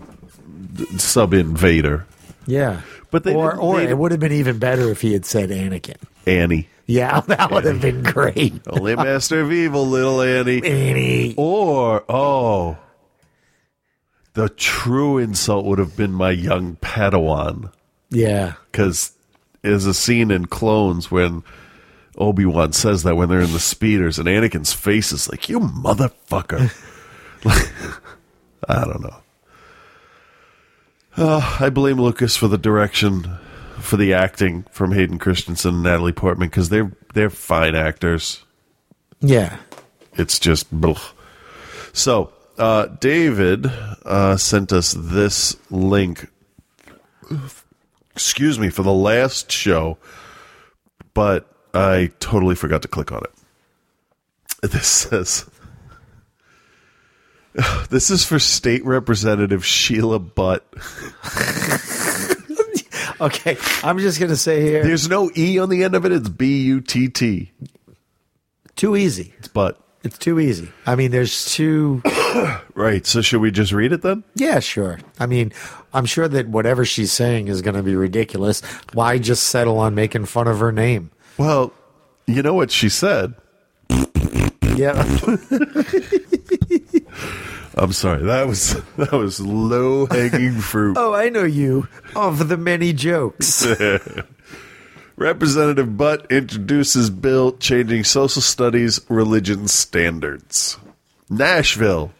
K: d- sub in Vader,
L: yeah.
K: But they
L: or
K: didn't-
L: or
K: they
L: it
K: didn't-
L: would have been even better if he had said Anakin.
K: Annie.
L: Yeah, that would have been great.
K: Only a master of evil, little Annie.
L: Annie.
K: Or, oh, the true insult would have been my young Padawan.
L: Yeah,
K: Because there's a scene in Clones when Obi Wan says that when they're in the speeders, and Anakin's face is like, you motherfucker. I don't know. Uh, I blame Lucas for the direction, for the acting from Hayden Christensen and Natalie Portman because they're they're fine actors.
L: yeah.
K: It's just blech. so. Uh, David uh, sent us this link. Excuse me for the last show, but I totally forgot to click on it. This says. This is for State Representative Sheila Butt.
L: Okay, I'm just gonna say here,
K: There's no E on the end of it. It's B U T T.
L: too easy.
K: It's Butt.
L: It's too easy. I mean, there's too.
K: Right. So should we just read it then?
L: Yeah, sure. I mean, I'm sure that whatever she's saying is going to be ridiculous. Why just settle on making fun of her name?
K: Well, you know what she said.
L: Yeah.
K: I'm sorry. That was that was low hanging fruit.
L: oh, I know you. Of the many jokes.
K: Representative Butt introduces bill changing social studies religion standards. Nashville.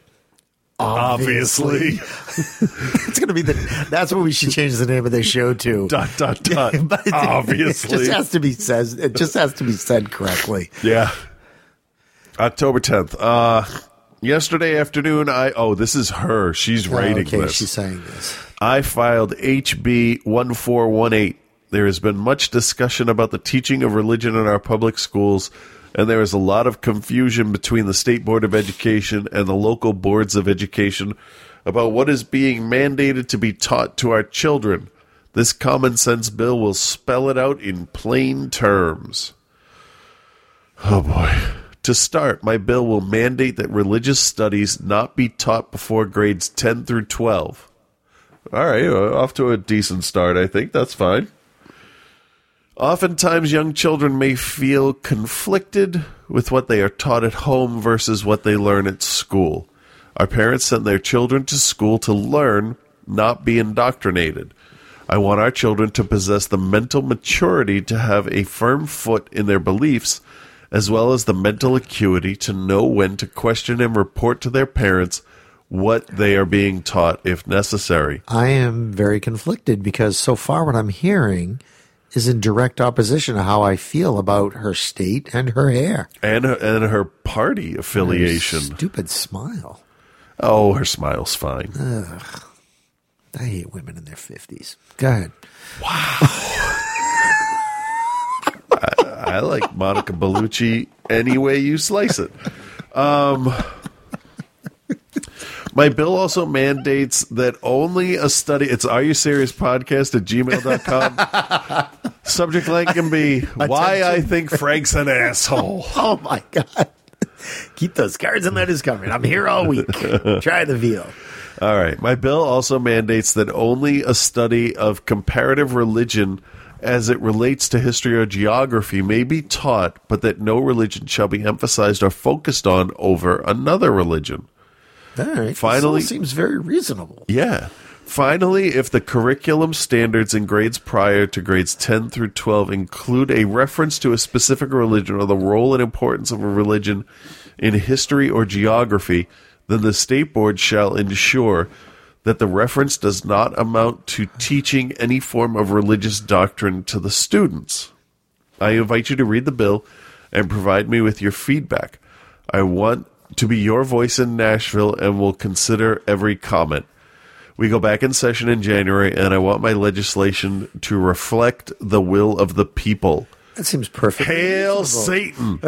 K: Obviously.
L: it's going to be the. That's what we should change the name of the show to.
K: dot dot dot.
L: But it-
K: Obviously.
L: it just has to be says. It just has to be said correctly.
K: Yeah. October 10th. Uh yesterday afternoon I oh this is her. She's
L: Oh,
K: writing
L: okay,
K: this.
L: she's saying this.
K: I filed HB 1418. There has been much discussion about the teaching of religion in our public schools and there is a lot of confusion between the state board of education and the local boards of education about what is being mandated to be taught to our children. This common sense bill will spell it out in plain terms. Oh boy. To start, my bill will mandate that religious studies not be taught before grades 10 through 12. All right, uh, off to a decent start, I think. That's fine. Oftentimes, young children may feel conflicted with what they are taught at home versus what they learn at school. Our parents send their children to school to learn, not be indoctrinated. I want our children to possess the mental maturity to have a firm foot in their beliefs, as well as the mental acuity to know when to question and report to their parents what they are being taught if necessary.
L: I am very conflicted because so far what I'm hearing is in direct opposition to how I feel about her state and her hair.
K: and her, and her party affiliation.
L: stupid smile.
K: Oh, her smile's fine.
L: Ugh. I hate women in their 50s. Go ahead.
K: I, I like Monica Bellucci any way you slice it. Um, my bill also mandates that only a study. It's Are You Serious Podcast at gmail.com. Subject line can be Why I Think Frank's an Asshole.
L: Oh my God. Keep those cards and letters coming. I'm here all week. Try the veal.
K: All right. My bill also mandates that only a study of comparative religion as it relates to history or geography may be taught, but that no religion shall be emphasized or focused on over another religion.
L: All right. This all
K: Finally-
L: seems very reasonable.
K: Yeah. Finally, if the curriculum standards in grades prior to grades 10 through 12 include a reference to a specific religion or the role and importance of a religion in history or geography, then the state board shall ensure that the reference does not amount to teaching any form of religious doctrine to the students. I invite you to read the bill and provide me with your feedback. I want to be your voice in Nashville and will consider every comment. We go back in session in January, and I want my legislation to reflect the will of the people.
L: That seems perfect.
K: Hail Satan!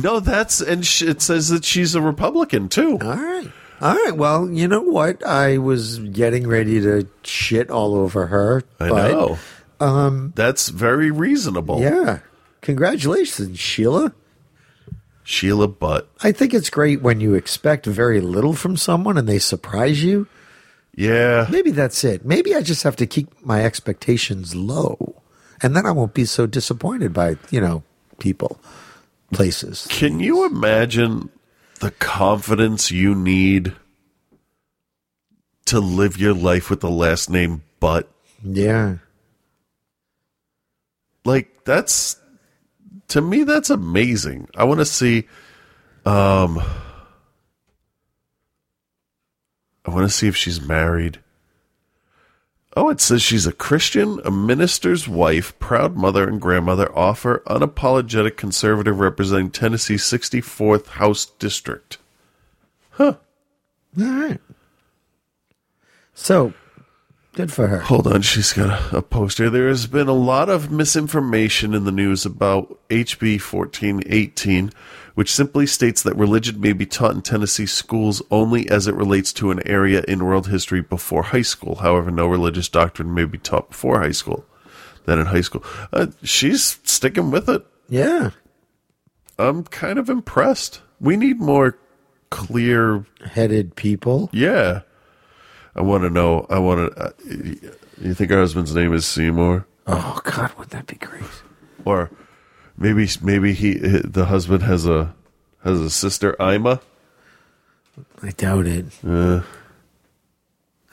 K: no, that's and sh- it says that she's a Republican too.
L: All right. All right. Well, you know what? I was getting ready to shit all over her.
K: I
L: but,
K: know.
L: Um,
K: That's very reasonable.
L: yeah. Congratulations, Sheila.
K: Sheila Butt.
L: I think it's great when you expect very little from someone and they surprise you.
K: Yeah.
L: Maybe that's it. Maybe I just have to keep my expectations low and then I won't be so disappointed by, you know, people, places.
K: Can you imagine the confidence you need to live your life with the last name Butt?
L: Yeah.
K: like that's to me that's amazing i want to see um i want to see if she's married oh it says she's a christian a minister's wife proud mother and grandmother offer unapologetic conservative representing tennessee's 64th house district huh
L: All right. So good for her.
K: Hold on, she's got a, a poster. There has been a lot of misinformation in the news about HB 1418, which simply states that religion may be taught in Tennessee schools only as it relates to an area in world history before high school. However, no religious doctrine may be taught before high school than in high school. Uh, she's sticking with it.
L: Yeah.
K: I'm kind of impressed. We need more clear
L: Headed people.
K: yeah. I want to know. I want to. Uh, you think her husband's name is Seymour?
L: Oh God, would that be great?
K: Or maybe maybe he the husband has a has a sister Ima.
L: I doubt it.
K: Uh,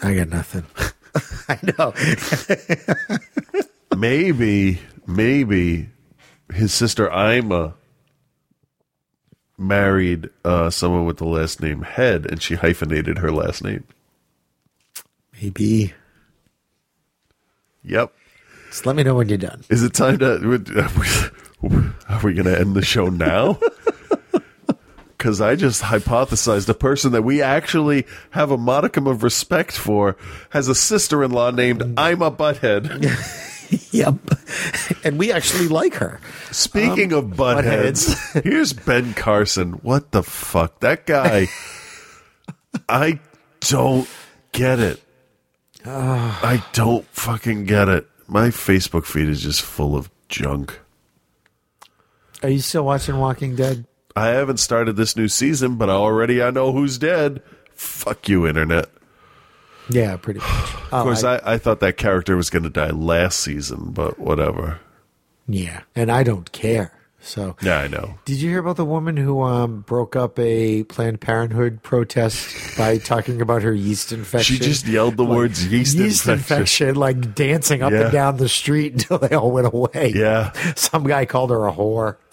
L: I got nothing. I know.
K: maybe maybe his sister Ima married uh, someone with the last name Head, and she hyphenated her last name.
L: Maybe.
K: Yep.
L: Just let me know when you're done.
K: Is it time to? Are we, are we going to end the show now? Because I just hypothesized a person that we actually have a modicum of respect for has a sister-in-law named I'm a butthead.
L: yep. And we actually like her.
K: Speaking
L: Um,
K: of buttheads, here's Ben Carson. What the fuck? That guy. I don't get it. I don't fucking get it. My Facebook feed is just full of junk.
L: Are you still watching Walking Dead?
K: I haven't started this new season, but already I know who's dead. Fuck you, internet.
L: Yeah, pretty much.
K: Of course, I, I thought that character was going to die last season, but whatever.
L: yeah, and I don't care. So
K: Yeah, I know.
L: Did you hear about the woman who um, broke up a Planned Parenthood protest by talking about her yeast infection?
K: She just yelled the words yeast,
L: yeast infection. like dancing up
K: Yeah.
L: and down the street until they all went away.
K: Yeah.
L: Some guy called her a whore.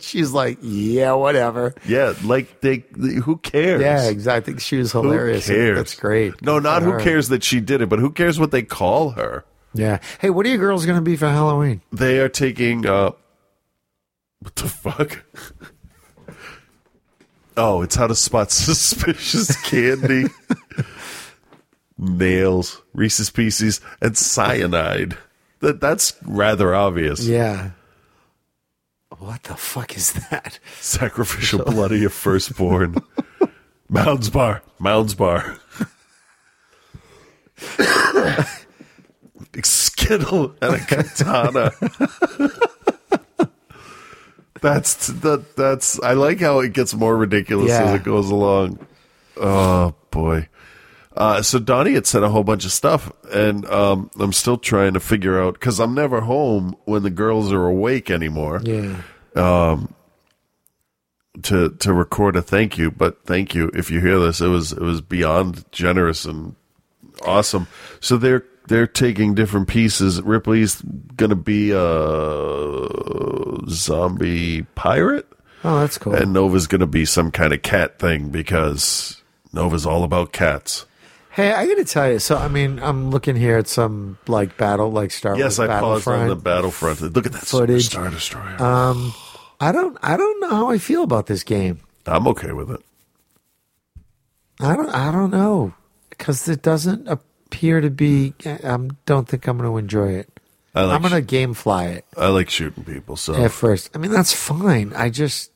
L: She's like, yeah, whatever.
K: Yeah, like they, they- who cares?
L: Yeah, exactly. She was hilarious.
K: Who cares?
L: That's great.
K: No, not
L: for
K: who
L: her.
K: cares that she did it, but who cares what they call her?
L: Yeah. Hey, what are you girls going to be for Halloween?
K: They are taking uh what the fuck? oh, it's how to spot suspicious candy. Nails, Reese's pieces, and cyanide. That that's rather obvious.
L: Yeah. What the fuck is that?
K: Sacrificial blood of your firstborn. Mounds bar. Mounds bar. Skittle and a katana. that's that. That's. I like how it gets more ridiculous
L: Yeah.
K: as it goes along. Oh boy. Uh, so Donnie had sent a whole bunch of stuff, and um, I'm still trying to figure out because I'm never home when the girls are awake anymore
L: Yeah.
K: um, to to record a thank you. But thank you if you hear this. It was it was beyond generous and awesome. So they're they're taking different pieces. Ripley's gonna be a zombie pirate.
L: Oh, that's cool.
K: And Nova's gonna be some kind of cat thing because Nova's all about cats.
L: Hey, I gotta tell you. So, I mean, I'm looking here at some like battle, like Star
K: yes, I
L: Wars
K: paused on
L: Battlefront
K: the battlefront. Look at that
L: footage.
K: Star Destroyer.
L: Um, I don't, I don't know how I feel about this game.
K: I'm okay with it.
L: I don't, I don't know because it doesn't appear to be. I don't think I'm going to enjoy it.
K: I like oh.
L: I'm going to gamefly it
K: I like shooting people. So
L: at first. I mean, that's fine. I just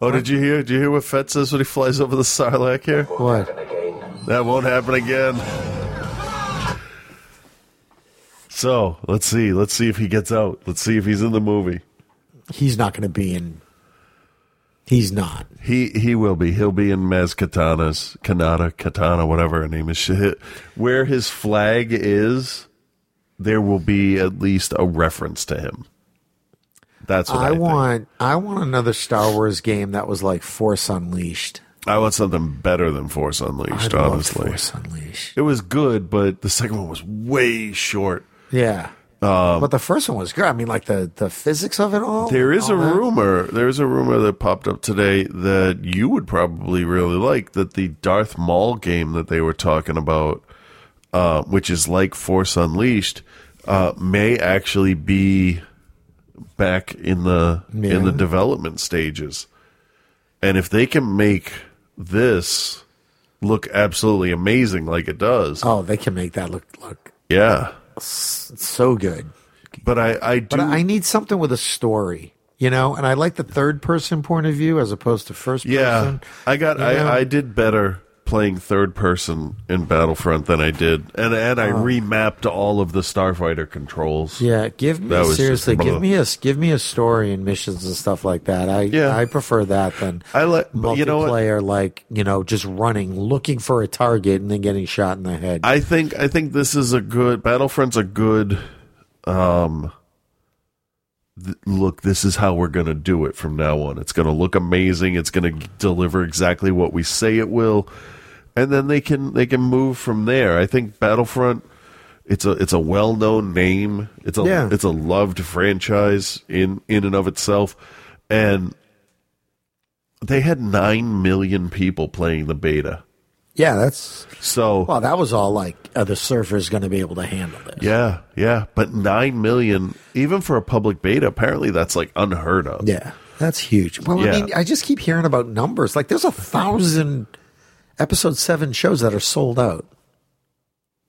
K: Oh, did you hear? Did you hear what Fett says when he flies over the Sarlacc here?
L: What?
K: That won't happen again. So let's see. Let's see if he gets out. Let's see if he's in the movie.
L: he's not going to be in. He's not.
K: He he will be. He'll be in Maz Katana's Kanata Katana, whatever her name is. She- Where his flag is, there will be at least a reference to him. That's what I,
L: I,
K: want.
L: want. I want another Star Wars game that was like Force Unleashed.
K: I want something better than Force Unleashed.
L: I loved
K: honestly,
L: Force Unleashed.
K: It was good, but the second one was way short.
L: Yeah.
K: Um,
L: but the first one was good. I mean, like the the physics of it all.
K: There is a
L: Oh, all that.
K: rumor. There is a rumor that popped up today that you would probably really like that the Darth Maul game that they were talking about, uh, which is like Force Unleashed, uh, may actually be back in the in the
L: Yeah.
K: development stages. And if they can make this look absolutely amazing, like it does,
L: Oh, they can make that look look
K: yeah,
L: s- so good.
K: But I I do.
L: But I need something with a story, you know. And I like the third person point of view as opposed to first
K: Yeah,
L: person.
K: I got.
L: you know?
K: I, I did better playing third person in Battlefront than I did, and and I
L: Oh.
K: remapped all of the Starfighter controls.
L: Yeah, give me
K: That was just
L: seriously,
K: blah.
L: give me a s- give me a story and missions and stuff like that. I I prefer that than
K: I like
L: multiplayer,
K: you know what?
L: like you know, just running, looking for a target, and then getting shot in the head.
K: I think I think this is a good Battlefront's a good. Um, th- look, this is how we're gonna do it from now on. It's gonna look amazing. It's gonna g- deliver exactly what we say it will, and then they can they can move from there. I think Battlefront. It's a it's a well known name. It's a
L: Yeah.
K: it's a loved franchise in in and of itself, and They had 9 million people playing the beta.
L: Yeah, that's
K: so.
L: Well, that was all like are the surfer's going to be able to handle it.
K: Yeah, yeah. But 9 million, even for a public beta, apparently that's like unheard of.
L: Yeah. That's huge. Well,
K: Yeah.
L: I mean, I just keep hearing about numbers. Like, there's a thousand episode seven shows that are sold out.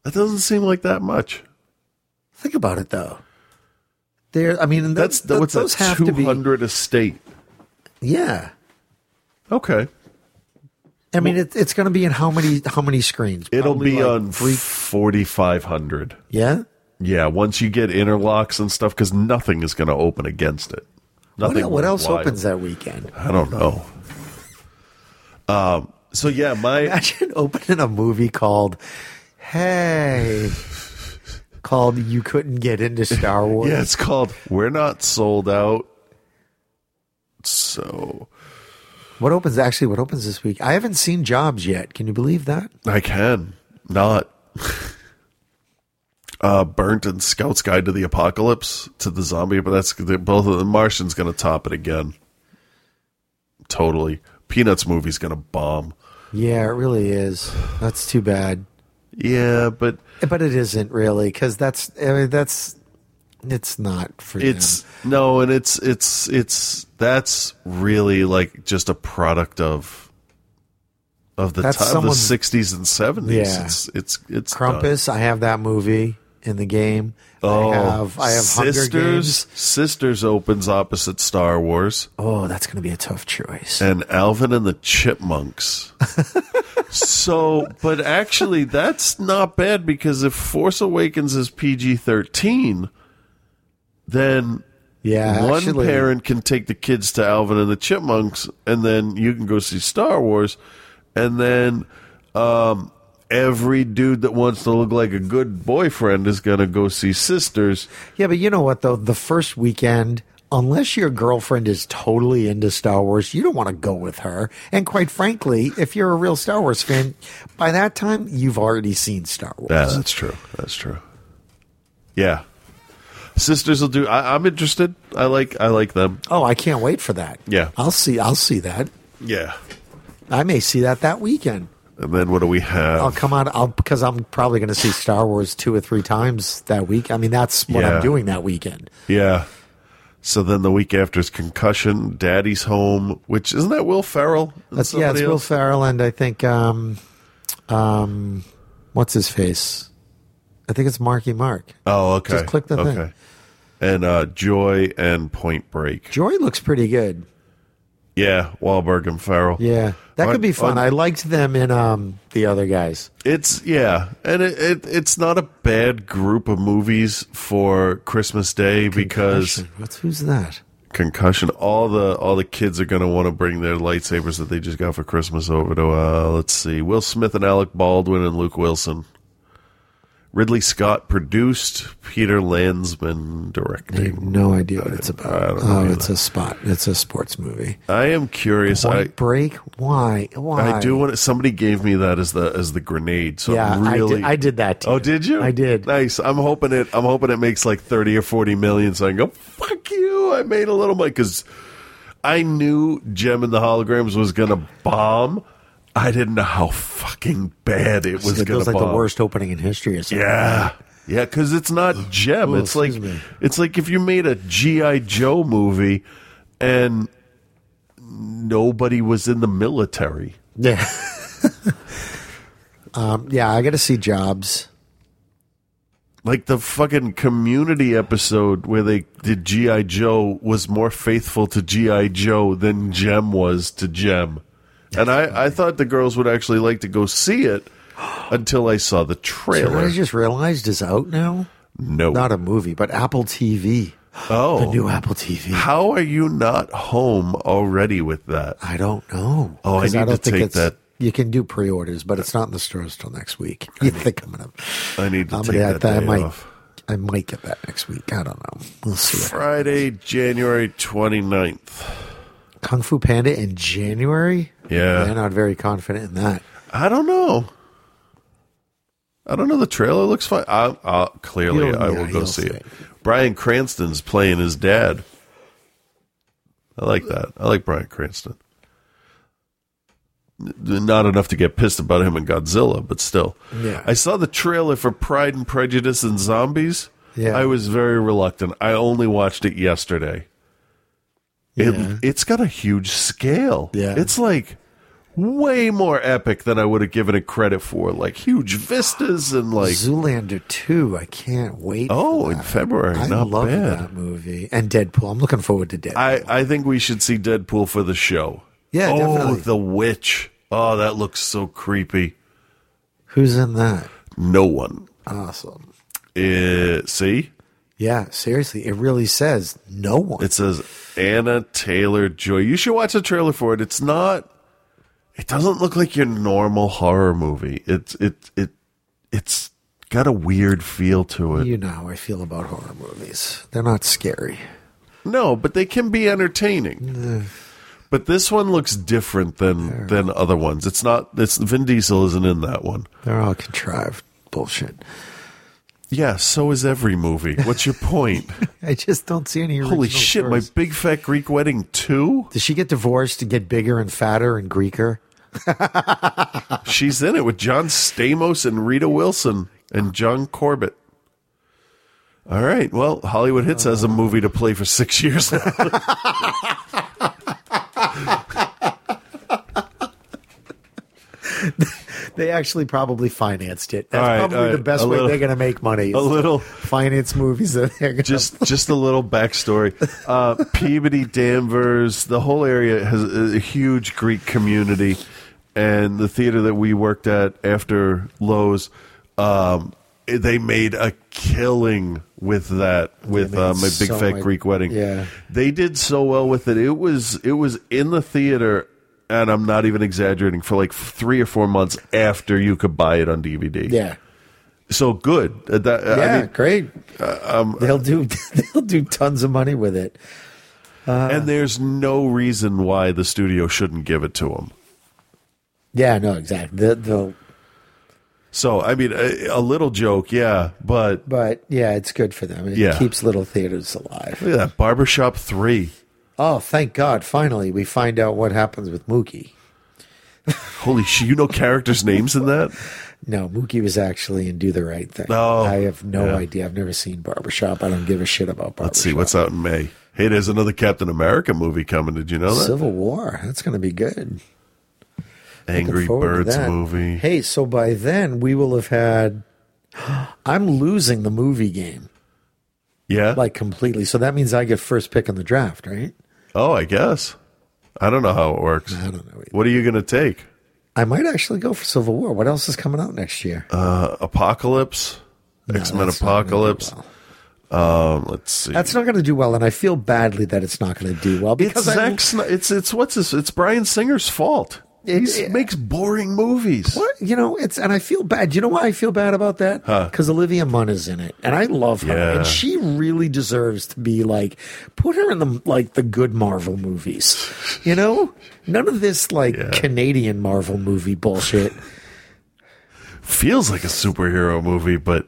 K: That doesn't seem like that much.
L: Think about it, though. There, I mean, and
K: That's
L: th- th-
K: what's
L: those
K: that?
L: have to
K: Two
L: be.
K: hundred a state.
L: Yeah,
K: Okay,
L: I mean, it, it's going to be in how many how many screens?
K: it'll
L: Probably
K: be
L: like
K: on forty five hundred.
L: Yeah,
K: yeah. Once you get interlocks and stuff, because nothing is going to open against it.
L: What-
K: Nothing.
L: What, else
K: worthwhile.
L: opens that weekend?
K: I don't know. Um. So yeah, my
L: imagine opening a movie called Hey, called You Couldn't Get Into Star Wars.
K: Yeah, it's called We're Not Sold Out. So
L: What opens actually? What opens this week? I haven't seen Jobs yet. Can you believe that?
K: I can not. uh, Burnt and Scout's Guide to the Apocalypse to the Zombie, but that's they're both of the Martian's going to top it again. Totally. Peanuts movie's going to bomb.
L: Yeah, it really is. That's too bad.
K: Yeah, but
L: but it isn't really because that's I mean, that's it's not for
K: It's
L: them.
K: no, and it's it's it's that's really like just a product of of the
L: That's
K: time, the
L: someone-
K: sixties and seventies.
L: Yeah.
K: It's it's it's
L: Crumpus. I have that movie in the game.
K: Oh,
L: I have I have Hunger Games.
K: Sisters opens opposite Star Wars.
L: Oh, that's going to be a tough choice.
K: And Alvin and the Chipmunks. so, but actually, that's not bad because if Force Awakens is PG 13, then
L: Yeah,
K: one
L: actually-
K: parent can take the kids to Alvin and the Chipmunks, and then you can go see Star Wars, and then um, every dude that wants to look like a good boyfriend is going to go see Sisters.
L: Yeah, but you know what though? The first weekend, unless your girlfriend is totally into Star Wars, you don't want to go with her. And quite frankly, if you're a real Star Wars fan, by that time you've already seen Star Wars.
K: Yeah, that's true. That's true. Yeah, sisters will do. I, I'm interested. I like. I like them.
L: Oh, I can't wait for that.
K: Yeah.
L: I'll see. I'll see that.
K: Yeah.
L: I may see that that weekend.
K: And then what do we have?
L: I'll come out. I'll because I'm probably going to see Star Wars two or three times that week. I mean, that's what
K: Yeah.
L: I'm doing that weekend.
K: Yeah. So then the week after is concussion. Daddy's home, which isn't that Will Ferrell? and
L: That's yeah. It's
K: somebody
L: Will
K: else?
L: Ferrell and I think um, um, what's his face? I think it's Marky Mark.
K: Oh, okay.
L: Just click the
K: okay.
L: thing.
K: And uh, Joy and Point Break.
L: Joy looks pretty good.
K: Yeah, Wahlberg and Ferrell.
L: Yeah, that
K: On-
L: could be fun.
K: on-
L: I liked them in um the other guys.
K: It's yeah, and it, it it's not a bad group of movies for Christmas Day because
L: What's who's that?
K: concussion. All the all the kids are going to want to bring their lightsabers that they just got for Christmas over to. Uh, let's see, Will Smith and Alec Baldwin and Luke Wilson. Ridley Scott produced. Peter Landsman directed.
L: I have no idea what it's about.
K: don't know
L: Oh,
K: either.
L: it's a spot. It's a sports movie.
K: I am curious. I
L: Point Break. Why? Why?
K: I do want. To, somebody gave me that as the as the grenade. So
L: Yeah,
K: I'm
L: I did-
K: really
L: I did that to
K: oh,
L: you.
K: did you?
L: I did.
K: Nice. I'm hoping it. I'm hoping it makes like thirty or forty million. So I can go fuck you. I made a little money because I knew Gem and the Holograms was gonna bomb. I didn't know how fucking bad it was
L: It
K: gonna
L: was like
K: bomb.
L: the worst opening in history. Or something.
K: Yeah. Yeah, because it's not gem.
L: Oh,
K: it's like
L: excuse me.
K: it's like if you made a GI Joe movie and nobody was in the military.
L: Yeah. um, yeah, I got to see Jobs.
K: Like the fucking community episode where they did G.I. Joe was more faithful to G.I. Joe than Gem was to Gem. And I, I thought the girls would actually like to go see it until I saw the
L: So what I
K: trailer.
L: just realized is out now.
K: No.
L: Not a movie, but Apple TV.
K: Oh.
L: The new Apple TV.
K: How are you not home already with that?
L: I don't know.
K: Oh, I
L: 'Cause
K: need
L: don't
K: to
L: think
K: take
L: it's-
K: that.
L: You can do pre-orders, but it's not in the stores till next week. Yeah, they're coming up.
K: I need to
L: I'm
K: take
L: gonna, I,
K: that
L: th- I
K: day
L: might,
K: off.
L: I might get that next week. I don't know. We'll see. what-
K: Friday, January 29th.
L: Kung Fu Panda in January.
K: Yeah.
L: they're not very confident in that.
K: I don't know. I don't know. The trailer looks fine. I, I, clearly,
L: You'll-
K: I
L: yeah,
K: will go
L: you'll
K: see
L: see
K: it.
L: it.
K: Brian Cranston's playing his dad. I like that. I like Brian Cranston. not enough to get pissed about him and Godzilla, but still.
L: Yeah.
K: I saw the trailer for Pride and Prejudice and Zombies.
L: Yeah.
K: I was very reluctant. I only watched it yesterday. It,
L: Yeah.
K: It's got a huge scale.
L: Yeah.
K: It's like way more epic than I would have given it credit for. Like huge vistas and like.
L: Zoolander 2. I can't wait.
K: Oh, in February.
L: I
K: not
L: love
K: bad.
L: that movie. And Deadpool. I'm looking forward to Deadpool.
K: I, I think we should see Deadpool for the show.
L: Yeah,
K: Oh,
L: definitely.
K: the witch. Oh, that looks so creepy.
L: Who's in that?
K: No one.
L: Awesome.
K: Eh, see,
L: Yeah, seriously. It really says no one.
K: it says Anna Taylor Joy. You should watch the trailer for it. It's not. It doesn't look like your normal horror movie. It's it it it's got a weird feel to it.
L: You know how I feel about horror movies. They're not scary.
K: No, but they can be entertaining. But this one looks different than than other ones. It's not. It's Vin Diesel isn't in that one.
L: They're all contrived bullshit.
K: Yeah, so is every movie. What's your point?
L: I just don't see any.
K: Holy
L: original
K: shit!
L: stories.
K: My big fat Greek wedding two.
L: Did she get divorced and get bigger and fatter and Greeker?
K: She's in it with John Stamos and Rita Wilson and John Corbett. All right. Well, Hollywood Hits has a movie to play for six years.
L: They actually probably financed it.
K: All
L: That's
K: right, all
L: probably
K: right.
L: the best
K: A
L: way
K: little-
L: they're going to make money.
K: a
L: is
K: little-
L: finance movies that they're going to.
K: just just a little backstory. Uh, Peabody, Danvers, the whole area has a huge Greek community, and the theater that we worked at after Lowe's, um, they made a killing with that with
L: They made
K: uh, my big
L: so
K: fat
L: much-
K: Greek wedding.
L: Yeah.
K: they did so well with it. It was it was in the theater. And I'm not even exaggerating. For like three or four months after you could buy it on DVD,
L: Yeah,
K: So good. Uh, That, uh, I
L: yeah,
K: mean, uh, um,
L: great. they'll do. They'll do tons of money with it.
K: and there's no reason why the studio shouldn't give it to him.
L: Yeah, no, exactly. They'll, they'll,
K: So I mean, a, a little joke, yeah, but
L: but yeah, it's good for them. It
K: Yeah.
L: keeps little theaters alive.
K: look at that barbershop three.
L: Oh, thank God! Finally, we find out what happens with Mookie.
K: Holy shit! You know characters' names in that?
L: No, Mookie was actually in Do the Right Thing.
K: No.
L: I have no
K: Oh, Yeah.
L: idea. I've never seen Barbershop. I don't give a shit about Barbershop.
K: Let's see what's out in May. Hey, there's another Captain America movie coming. Did you know that?
L: Civil War. That's going to be good. Looking
K: Angry
L: forward to
K: Birds
L: that.
K: movie.
L: Hey, so by then we will have had. I'm losing the movie game
K: yeah.
L: like completely. So that means I get first pick in the draft, right?
K: oh, I guess. I don't know how it works. I
L: don't know.
K: What are you gonna take?
L: I might actually go for Civil War. What else is coming out next year?
K: Uh, Apocalypse. X Men
L: that's not gonna
K: Apocalypse. Um, let's see.
L: That's not going to do well, and I feel badly that it's not going to do well
K: It's
L: because I,
K: Zack Snyder. It's it's what's this? It's Brian Singer's fault. He
L: It-
K: s- makes boring movies.
L: What you know, it's and I feel bad. You know why I feel bad about that? Because Olivia Munn is in it, and I love her,
K: Yeah.
L: and she really deserves to be like put her in the like the good Marvel movies. You know, none of this like
K: Yeah.
L: Canadian Marvel movie bullshit.
K: Feels like a superhero movie, but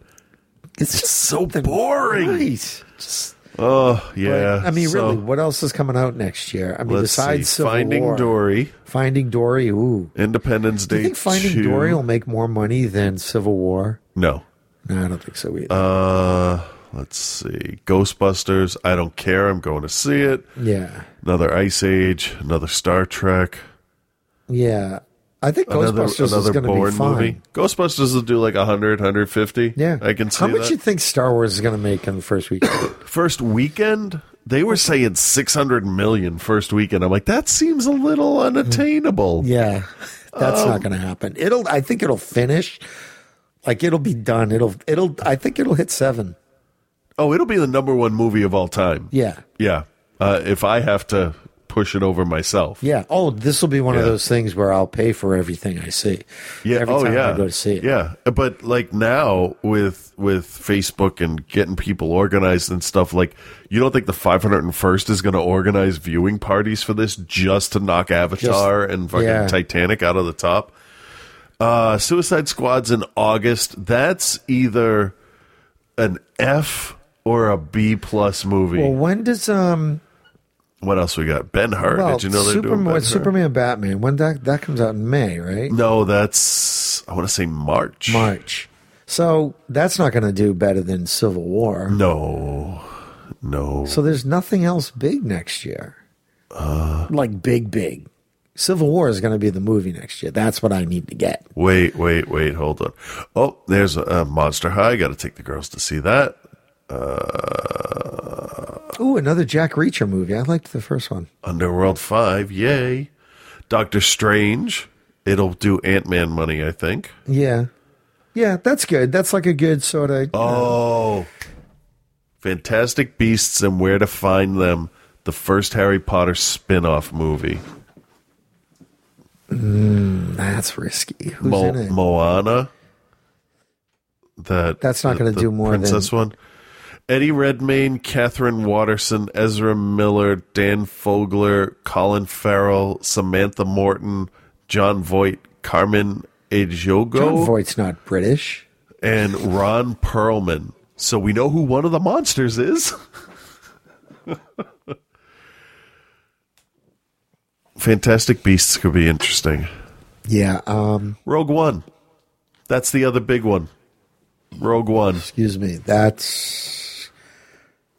L: It's just
K: so
L: something
K: boring.
L: Right. Just,
K: oh yeah.
L: I mean,
K: So,
L: really, what else is coming out next year? I mean,
K: let's
L: besides
K: see.
L: Civil
K: Finding
L: War,
K: Dory,
L: Finding Dory. Ooh,
K: Independence
L: do
K: Day.
L: you think Finding
K: 2.
L: Dory will make more money than Civil War?
K: No.
L: No, I don't think so either.
K: Uh, let's see. Ghostbusters. I don't care. I'm going to see it.
L: yeah.
K: Another Ice Age. Another Star Trek.
L: Yeah. I think
K: Another
L: Ghostbusters is
K: another
L: going to
K: Bourne
L: be fine.
K: movie. Ghostbusters will do like 100, 150.
L: Yeah.
K: I can see
L: How much
K: that.
L: you think Star Wars is going to make in the first week?
K: first weekend they were saying 600 million first weekend i'm like that seems a little unattainable
L: yeah. That's
K: Oh.
L: not going to happen. It'll I think it'll finish like it'll be done. It'll it'll I think it'll hit 7.
K: oh it'll be the number one movie of all time
L: Yeah.
K: yeah uh, if i have to push it over myself
L: Yeah. Oh, this will be one of
K: Yeah.
L: those things where I'll pay for everything I see.
K: yeah
L: Every
K: oh
L: time
K: yeah
L: I go to see it.
K: yeah but like now with with facebook and getting people organized and stuff like you don't think the 501st is going to organize viewing parties for this just to knock avatar and fucking
L: yeah.
K: titanic out of the top Uh, Suicide Squad's in August. That's either an F or a B plus movie.
L: Well, when does um
K: What else we got? Ben Hur.
L: Well,
K: Did you know they're doing
L: Superman,
K: Ben-Hur?
L: Superman, Batman. When that that comes out in May, right?
K: No, that's I want to say March.
L: March. So that's not going to do better than Civil War.
K: No, no.
L: So there's nothing else big next year.
K: Uh.
L: like big, big. Civil War is going to be the movie next year. That's what I need to get.
K: Wait, wait, wait. Hold on. Oh, there's a, uh, Monster High. Got to take the girls to see that. Uh,
L: Ooh, another Jack Reacher movie. I liked the first one.
K: Underworld Five. Yay. Doctor Strange. It'll do Ant Man money, I think.
L: Yeah, yeah, that's good. That's like a good sort of.
K: Oh, Fantastic Beasts and Where to Find Them, the first Harry Potter spin off movie.
L: that's risky. Who's
K: Mo-
L: in it?
K: Moana. That
L: That's not
K: the-
L: gonna
K: the
L: do more than-
K: princess one. Eddie Redmayne, Catherine Watterson, Ezra Miller, Dan Fogler, Colin Farrell, Samantha Morton, John Voight, Carmen Ejogo,
L: John Voight's not British.
K: and Ron Perlman. So we know who one of the monsters is. Fantastic Beasts could be interesting.
L: Yeah. Um.
K: Rogue One. That's the other big one. Rogue One.
L: Excuse me. That's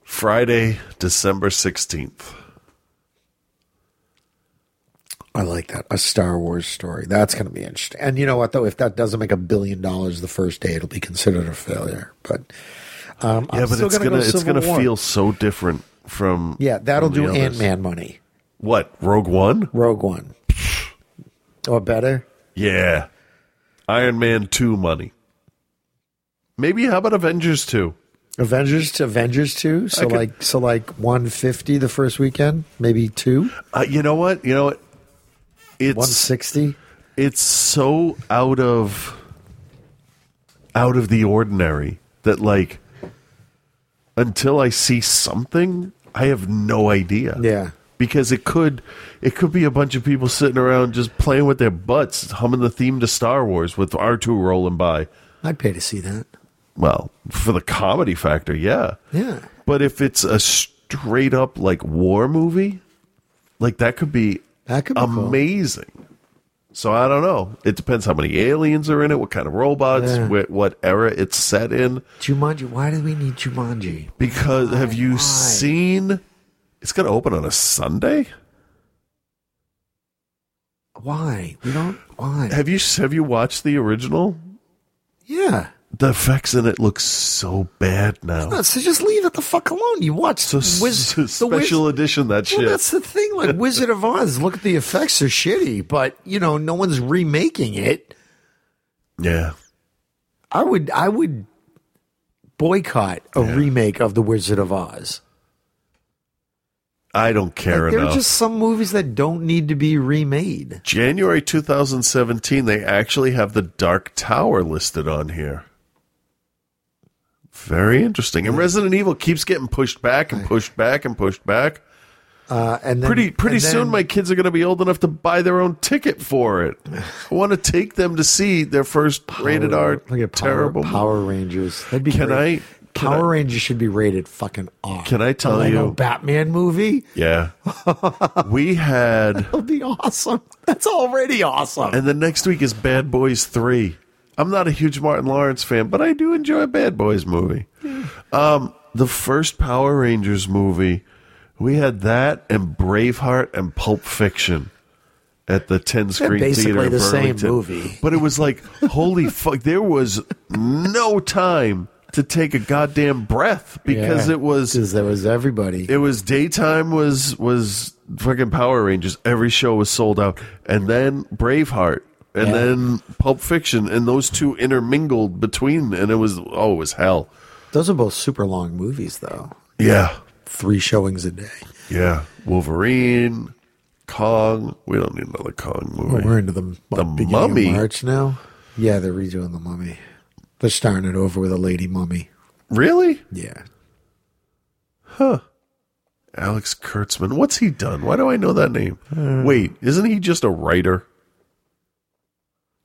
K: Friday, December 16th.
L: I like that. A Star Wars story. That's going to be interesting. And you know what, though? If that doesn't make a billion dollars the first day, it'll be considered a failure. But um,
K: Yeah,
L: I'm
K: but
L: still
K: it's
L: gonna
K: going to
L: go
K: it's
L: Civil
K: going to
L: War.
K: feel so different from
L: Yeah, that'll
K: from
L: do
K: the
L: Ant
K: others.
L: Man money
K: What? Rogue One?
L: Rogue One. or better.
K: Yeah. Iron Man 2 money. Maybe how about Avengers 2?
L: Avengers to Avengers two. So
K: could-
L: like so like one fifty the first weekend, maybe two
K: Uh, you know what? You know what? It's
L: one sixty.
K: it's so out of out of the ordinary that like until I see something, I have no idea.
L: Yeah.
K: Because it could it could be a bunch of people sitting around just playing with their butts, humming the theme to Star Wars with R2 rolling by.
L: I'd pay to see that.
K: Well, for the comedy factor, yeah.
L: Yeah.
K: But if it's a straight up like war movie, like that could be
L: That could be cool.
K: amazing. So I don't know. It depends how many aliens are in it, what kind of robots,
L: Yeah.
K: wh- what era it's set in.
L: Jumanji. Why do we need Jumanji?
K: Because have you seen? It's going to open on a Sunday.
L: Why we don't? Why?
K: Have you have you watched the original?
L: Yeah.
K: The effects in it look so bad now.
L: No, so just leave it the fuck alone. You watch
K: So
L: the Wiz-
K: s-
L: the Wiz-
K: special edition that shit.
L: Well, that's the thing. Like Wizard of Oz, look at the effects are shitty, but you know, no one's remaking it.
K: yeah.
L: I would, I would boycott a remake of the Wizard of Oz.
K: I don't care
L: Like, there
K: enough.
L: are just some movies that don't need to be remade.
K: January 2017, they actually have the Dark Tower listed on here. Very interesting.
L: Hmm.
K: And Resident Evil keeps getting pushed back and pushed back and pushed back.
L: Uh, and then,
K: Pretty pretty
L: and then-
K: soon, my kids are going to be old enough to buy their own ticket for it. I want to take them to see their first rated
L: Power-
K: R
L: Oh, look at Power,
K: terrible.
L: Power Rangers. That'd be
K: Can I-
L: great.
K: can
L: Power
K: I-
L: Rangers should be rated fucking R.
K: Can I
L: A
K: tell
L: Lego
K: you-
L: Batman movie?
K: Yeah, we had,
L: That'll be awesome. That's already awesome.
K: and the next week is Bad Boys Three. I'm not a huge Martin Lawrence fan, but I do enjoy a Bad Boys movie. Um, the first Power Rangers movie, we had that and Braveheart and Pulp Fiction at the 10
L: They're
K: screen
L: basically
K: theater. in
L: the same
K: Burlington.
L: movie.
K: But it was like, holy fuck, there was no time to take a goddamn breath because
L: Yeah.
K: it was
L: Because there was everybody.
K: it was daytime was was fucking Power Rangers. Every show was sold out, and then Braveheart, and
L: Yeah.
K: then Pulp Fiction, and those two intermingled between, and it was oh, it was hell.
L: Those are both super long movies, though.
K: Yeah,
L: Three showings a day.
K: yeah. Wolverine, Kong. We don't need another Kong movie.
L: Well, we're into the,
K: The
L: beginning of
K: Mummy.
L: March now. Yeah, they're redoing the mummy. They're starting it over with a lady mummy.
K: really?
L: Yeah,
K: Alex Kurtzman. What's he done? Why do I know that name? Wait, isn't he just a writer?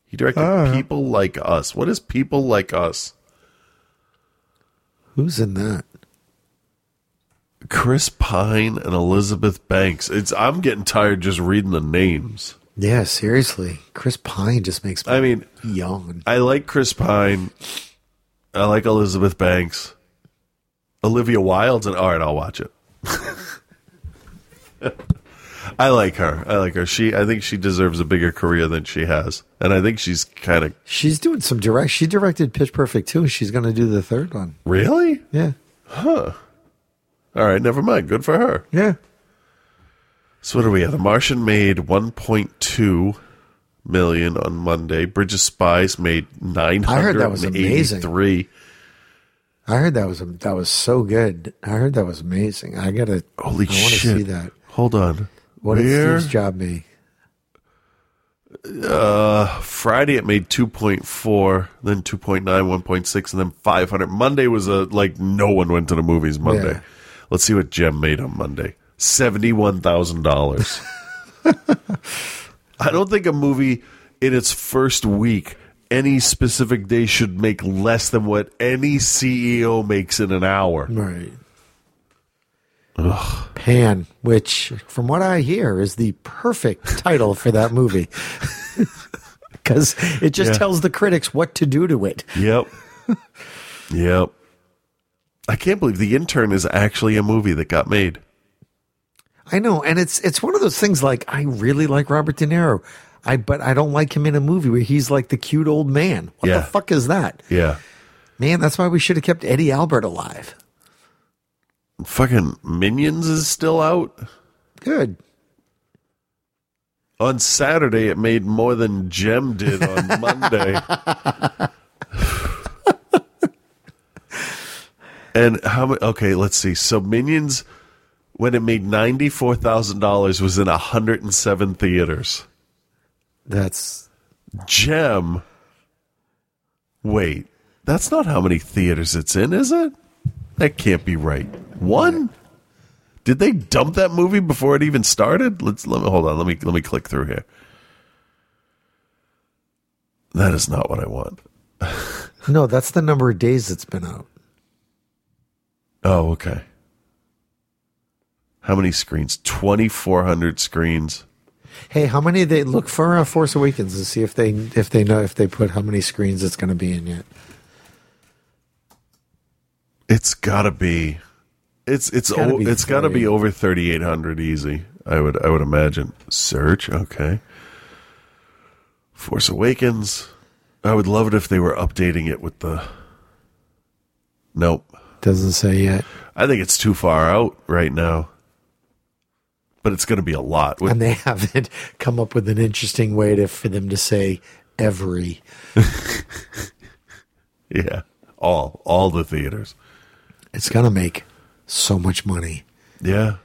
K: He directed People Like Us. What is People Like Us?
L: who's in that?
K: Chris Pine and Elizabeth Banks. It's I'm getting tired just reading the names.
L: Yeah, seriously. Chris Pine just makes me
K: I mean,
L: yawn.
K: I like Chris Pine. I like Elizabeth Banks. Olivia Wilde's and all right, I'll watch it. I like her. I like her. She I think she deserves a bigger career than she has. And I think she's kind of
L: She's doing some direct. She directed Pitch Perfect too. She's going to do the third one.
K: Really?
L: Yeah.
K: Huh. All right, never mind. Good for her.
L: Yeah.
K: So what do we have? The Martian made 1.2 million on Monday. Bridge of Spies made 983.
L: I heard that was amazing. I heard that was that was so good. I heard that was amazing. I gotta
K: Holy
L: I
K: shit.
L: Want to see that.
K: Hold on.
L: What did
K: Where?
L: Steve's job be?
K: Uh, Friday it made 2.4, then 2.9, 1.6, and then 500. Monday was a like no one went to the movies Monday.
L: Yeah.
K: Let's see what Jem made on Monday. $71,000. I don't think a movie in its first week any specific day should make less than what any CEO makes in an hour.
L: Right. Pan, which from what I hear is the perfect title for that movie. Because it just
K: Yeah.
L: tells the critics what to do to it.
K: Yep. yep. I can't believe The Intern is actually a movie that got made.
L: I know, and it's it's one of those things like I really like Robert De Niro. I but I don't like him in a movie where he's like the cute old man. What
K: Yeah.
L: the fuck is that?
K: Yeah.
L: Man, that's why we should have kept Eddie Albert alive.
K: Fucking Minions is still out.
L: Good.
K: On Saturday, it made more than Gem did on Monday. and how many? Okay, let's see. So Minions, when it made ninety four thousand dollars, was in hundred and seven theaters.
L: That's
K: Gem. Wait, that's not how many theaters it's in, is it? That can't be right. One. Did they dump that movie before it even started? Let's let me hold on. Let me let me click through here. That is not what I want.
L: No, that's the number of days it's been out.
K: Oh, okay. How many screens? Twenty four hundred screens.
L: Hey, how many they look for uh, Force Awakens and see if they if they know if they put how many screens it's going to be in yet.
K: It's gotta be. It's it's
L: Gotta
K: o-
L: be
K: it's gotta be
L: 30.
K: over thirty eight hundred easy. I would I would imagine. Search okay. Force Awakens. I would love it if they were updating it with the. Nope.
L: Doesn't say yet.
K: I think it's too far out right now. But it's going to be a lot.
L: and they haven't come up with an interesting way to for them to say every.
K: Yeah. All all the theaters.
L: It's going to make so much money.
K: Yeah.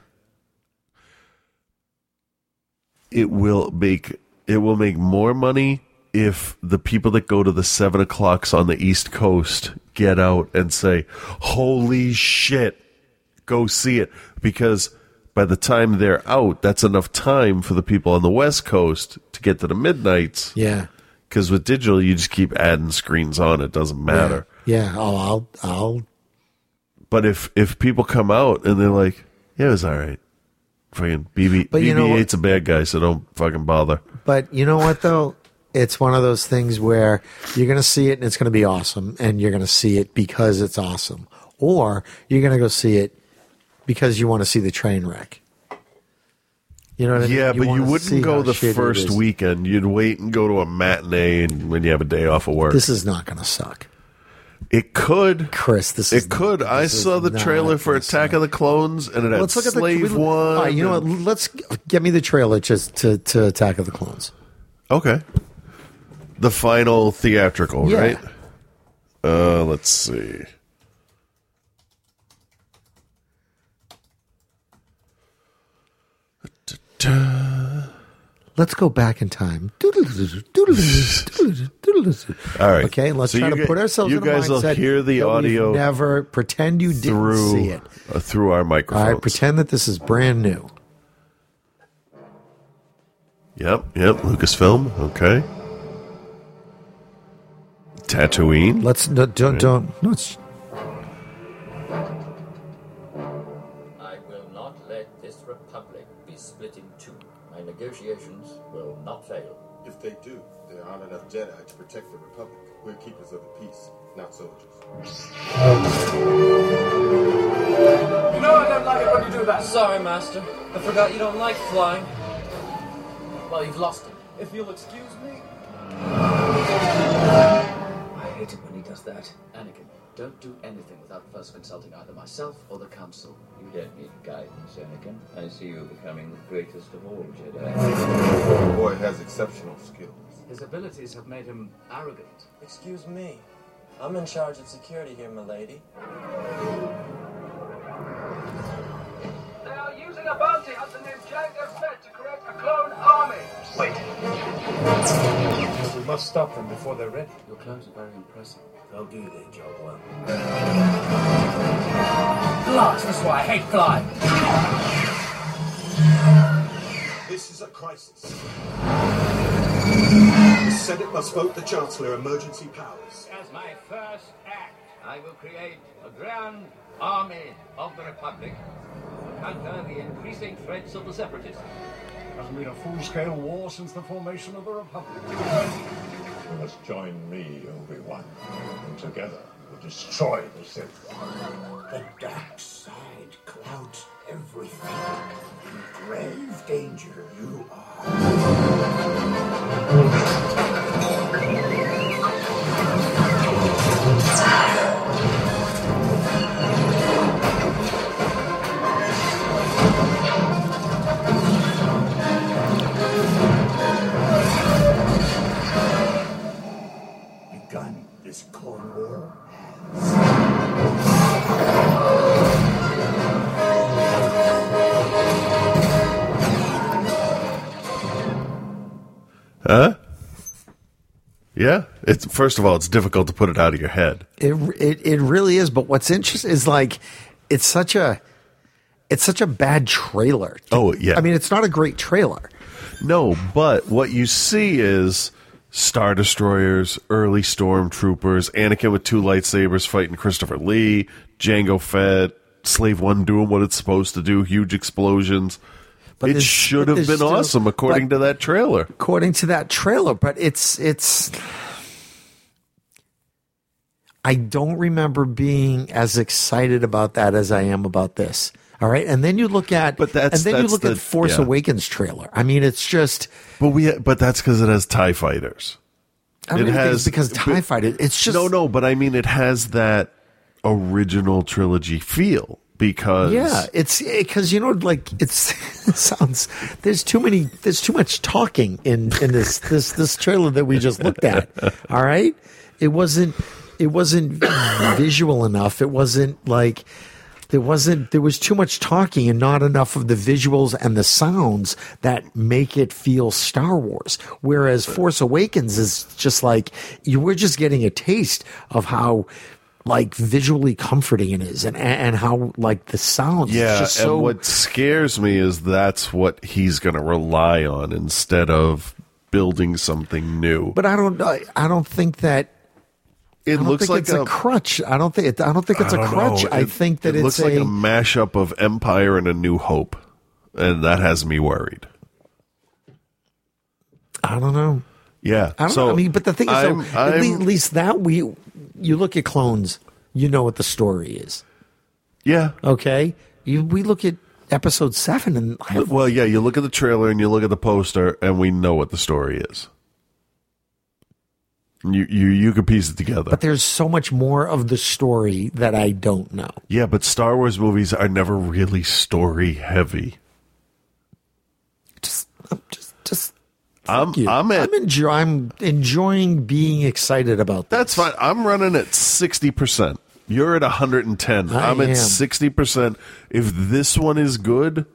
K: It will make it will make more money if the people that go to the seven o'clocks on the East Coast get out and say, Holy shit, go see it. Because by the time they're out, that's enough time for the people on the West Coast to get to the midnights.
L: Yeah.
K: Because with digital, you just keep adding screens on, it doesn't matter.
L: Yeah. Oh, I'll I'll
K: But if if people come out and they're like, "Yeah, it was all right," fucking BB
L: But you know what-
K: BB8's a bad guy, so don't fucking bother.
L: But you know what though? It's one of those things where you're going to see it and it's going to be awesome and you're going to see it because it's awesome. Or you're going to go see it because you want to see the train wreck. You know what I mean?
K: yeah, but
L: wanna
K: you
L: see
K: wouldn't
L: how
K: go the
L: shitty it
K: first
L: is.
K: weekend. You'd wait and go to a matinee, and when you have a day off of work,
L: This is not going to suck.
K: it could.
L: Chris, this
K: it could. I
L: this
K: saw
L: is
K: the
L: not
K: trailer for Attack of the Clones, and it had
L: Let's look at the
K: Slave
L: we-
K: One.
L: all right, you know what?
K: and-
L: Let's get me the trailer just to, to Attack of the Clones.
K: Okay. The final theatrical,
L: Yeah.
K: right? Uh, let's see.
L: Let's go back in time. All
K: right.
L: Okay, let's
K: So
L: try
K: you
L: to
K: gu-
L: put ourselves
K: you
L: in a
K: guys will
L: mindset
K: hear the
L: that we've
K: audio
L: Never pretend you didn't
K: through
L: see it.
K: Uh, through our
L: All
K: microphones.
L: right, pretend that this is brand new.
K: Yep, yep, Lucasfilm. Okay. Tatooine.
L: Let's no, don't
K: Right.
L: don't no. It's,
M: negotiations will not fail. If they do, there aren't enough Jedi to protect the Republic. We're keepers of the peace, not soldiers.
N: You know I don't like it when you do that. Sorry, Master. I forgot you don't like flying. Well, you've lost him. If you'll excuse me.
M: I hate it when he does that. Anakin, don't do anything without first consulting either myself or the Council. You don't need guidance, Anakin. I see you becoming the greatest of all Jedi.
O: The boy has exceptional skills.
M: His abilities have made him arrogant.
N: Excuse me. I'm in charge of security here, milady. They are using a bounty hunter named Jango Fett to correct a clone army.
M: Wait.
N: We must stop them before they're ready.
M: Your clones are very impressive.
N: They'll do their job well.
M: Blast! That's why I hate flying.
P: This is a crisis. The Senate must vote the Chancellor emergency powers.
M: As my first act, I will create a grand army of the Republic to counter the increasing threats of the separatists.
Q: Hasn't been a full-scale war since the formation of the Republic.
R: You must join me, Obi-Wan, and together we'll destroy the Sith.
S: The dark side clouds everything. In grave danger you are. Begun this Clone War
K: Huh? Yeah. It's first of all, it's difficult to put it out of your head.
L: It it it really is. But what's interesting is like it's such a it's such a bad trailer.
K: Oh yeah.
L: I mean, it's not a great trailer.
K: No, but what you see is Star Destroyers, early Stormtroopers, Anakin with two lightsabers fighting Christopher Lee, Django Fett, Slave One doing what it's supposed to do, huge explosions.
L: But
K: it
L: there's-
K: should
L: but
K: have been
L: there's still-
K: awesome according
L: but-
K: to that trailer.
L: according to that trailer. But it's it's. I don't remember being as excited about that as I am about this. All right, and then you look at but that's, and then you
K: that's
L: look
K: the-
L: at Force
K: yeah.
L: Awakens trailer. I mean, it's just
K: But we but that's cuz it has tie fighters.
L: I don't even think it's because TIE
K: fighter.
L: It's just
K: No, no, but I mean it has that original trilogy feel because
L: yeah, it's because you know, like it's it sounds. There's too many. There's too much talking in in this this this trailer that we just looked at. All right, it wasn't it wasn't visual enough. It wasn't like there wasn't there was too much talking and not enough of the visuals and the sounds that make it feel Star Wars. Whereas Force Awakens is just like you we're just getting a taste of how like visually comforting it is and and how like the sounds
K: Yeah,
L: it's just so
K: and what scares me is that's what he's going to rely on instead of building something new.
L: but I don't I, I don't think that
K: It
L: I don't
K: looks
L: think
K: like
L: it's
K: a-
L: a crutch. I don't think it, I don't think it's a
K: I don't
L: crutch.
K: know.
L: I
K: It-
L: think that
K: it
L: it's
K: looks
L: a,
K: like a mashup of Empire and A New Hope, and that has me worried.
L: I don't know.
K: Yeah,
L: I don't
K: so
L: know. I mean, but the thing is, though,
K: I'm-
L: at,
K: I'm-
L: least, at least that we you look at clones, you know what the story is.
K: Yeah.
L: Okay. You, we look at episode seven, and I,
K: well, yeah, you look at the trailer and you look at the poster, and we know what the story is. You you you can piece it together.
L: but there's so much more of the story that I don't know.
K: Yeah, but Star Wars movies are never really story heavy.
L: Just
K: I'm I'm at
L: I'm, enjoy, I'm enjoying being excited about that.
K: That's fine. I'm running at 60%. You're at 110.
L: I
K: I'm at
L: am.
K: 60%. If this one is good,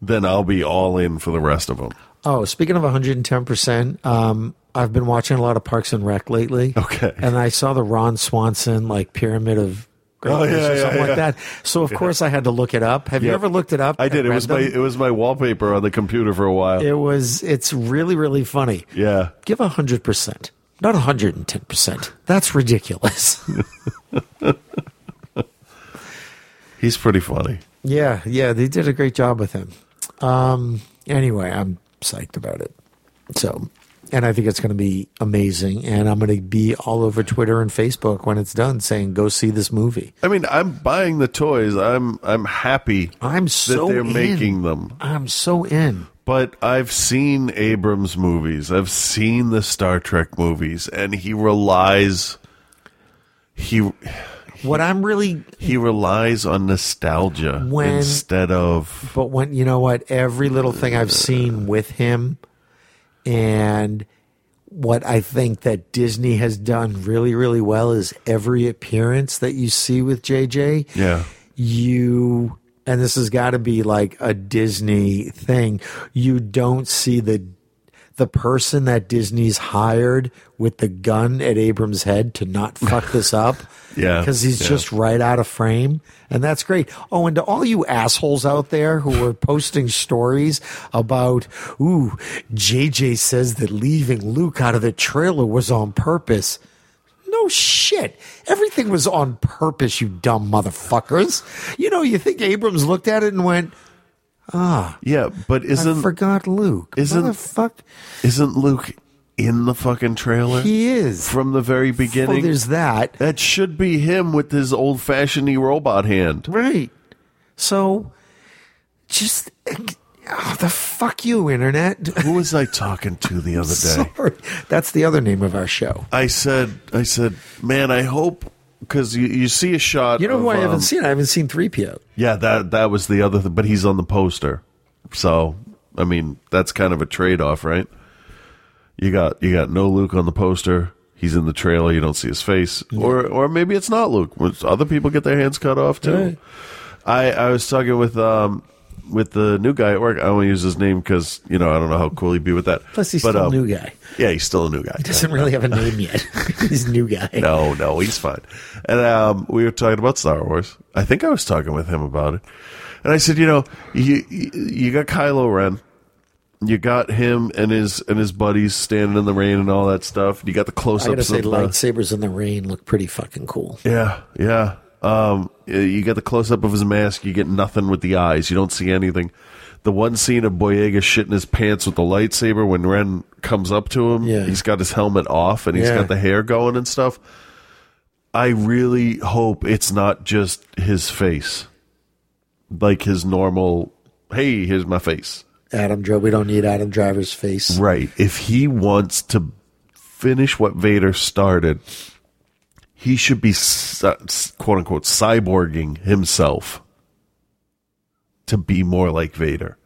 K: then I'll be all in for the rest of them.
L: Oh, speaking of 110%, um, I've been watching a lot of Parks and Rec lately.
K: Okay.
L: And I saw the Ron Swanson, like, Pyramid of Greatness
K: Oh, yeah,
L: or
K: yeah,
L: something
K: yeah.
L: like that. So, of
K: Yeah.
L: course, I had to look it up. Have you
K: Yeah.
L: ever looked it up?
K: I
L: and
K: did. It
L: read
K: was my
L: them?
K: it was my wallpaper on the computer for a while.
L: It was. It's really, really funny.
K: Yeah.
L: Give hundred percent, not hundred and ten percent. That's ridiculous.
K: He's pretty funny.
L: yeah, yeah. They did a great job with him. Um. Anyway, I'm psyched about it. So, and I think it's going to be amazing. And I'm going to be all over Twitter and Facebook when it's done saying, go see this movie.
K: I mean, I'm buying the toys. I'm I'm happy.
L: I'm so
K: that they're
L: in.
K: making them.
L: I'm so in.
K: But I've seen Abrams movies. I've seen the Star Trek movies, and he relies he
L: What I'm really
K: he relies on nostalgia
L: When-
K: instead of
L: But when you know what, every little thing I've seen with him, and what I think that Disney has done really, really well is every appearance that you see with JJ,
K: yeah.
L: you and this has got to be like a Disney thing. You don't see the the person that Disney's hired with the gun at Abrams' head to not fuck this up.
K: Yeah,
L: Because he's
K: yeah.
L: just right out of frame. And that's great. Oh, and to all you assholes out there who were posting stories about, ooh, JJ says that leaving Luke out of the trailer was on purpose. No shit. Everything was on purpose, you dumb motherfuckers. You know, you think Abrams looked at it and went, ah,
K: Yeah, but isn't
L: I forgot Luke.
K: isn't
L: fuck
K: isn't Luke in the fucking trailer?
L: He is
K: from the very beginning.
L: Well, there's that.
K: That should be him with his old fashioned robot hand.
L: Right. So just oh, the fuck you, internet.
K: Who was I talking to the other day?
L: Sorry. That's the other name of our show.
K: I said, I said, man, I hope because you, you see a shot.
L: You know who
K: of,
L: I haven't
K: um,
L: seen? I haven't seen 3PO.
K: Yeah, that that was the other, thing, but he's on the poster, so I mean that's kind of a trade off, right? You got you got no Luke on the poster. He's in the trailer. You don't see his face, or or maybe it's not Luke. which Other people get their hands cut off too.
L: Right.
K: I I was talking with um with the new guy at work. I only use his name because you know I don't know how cool he'd be with that.
L: Plus, he's
K: But,
L: still a
K: um,
L: new guy.
K: Yeah, he's still a new guy.
L: He doesn't really have a name yet. He's a new guy.
K: No, no, he's fine. And um, we were talking about Star Wars. I think I was talking with him about it, and I said, you know, you you- you got Kylo Ren, you got him and his and his buddies standing in the rain and all that stuff. You got the
L: I
K: close
L: gotta
K: ups.
L: say, lightsabers in the rain look pretty fucking cool.
K: Yeah, yeah. Um, you get the close up of his mask. You get nothing with the eyes. You don't see anything. The one scene of Boyega shitting his pants with the lightsaber when Ren comes up to him,
L: Yeah.
K: he's got his helmet off and he's
L: Yeah.
K: got the hair going and stuff. I really hope it's not just his face, like his normal. Hey, here's my face.
L: Adam Driver. We don't need Adam Driver's face.
K: Right. If he wants to finish what Vader started, he should be cy- quote unquote cyborging himself to be more like Vader.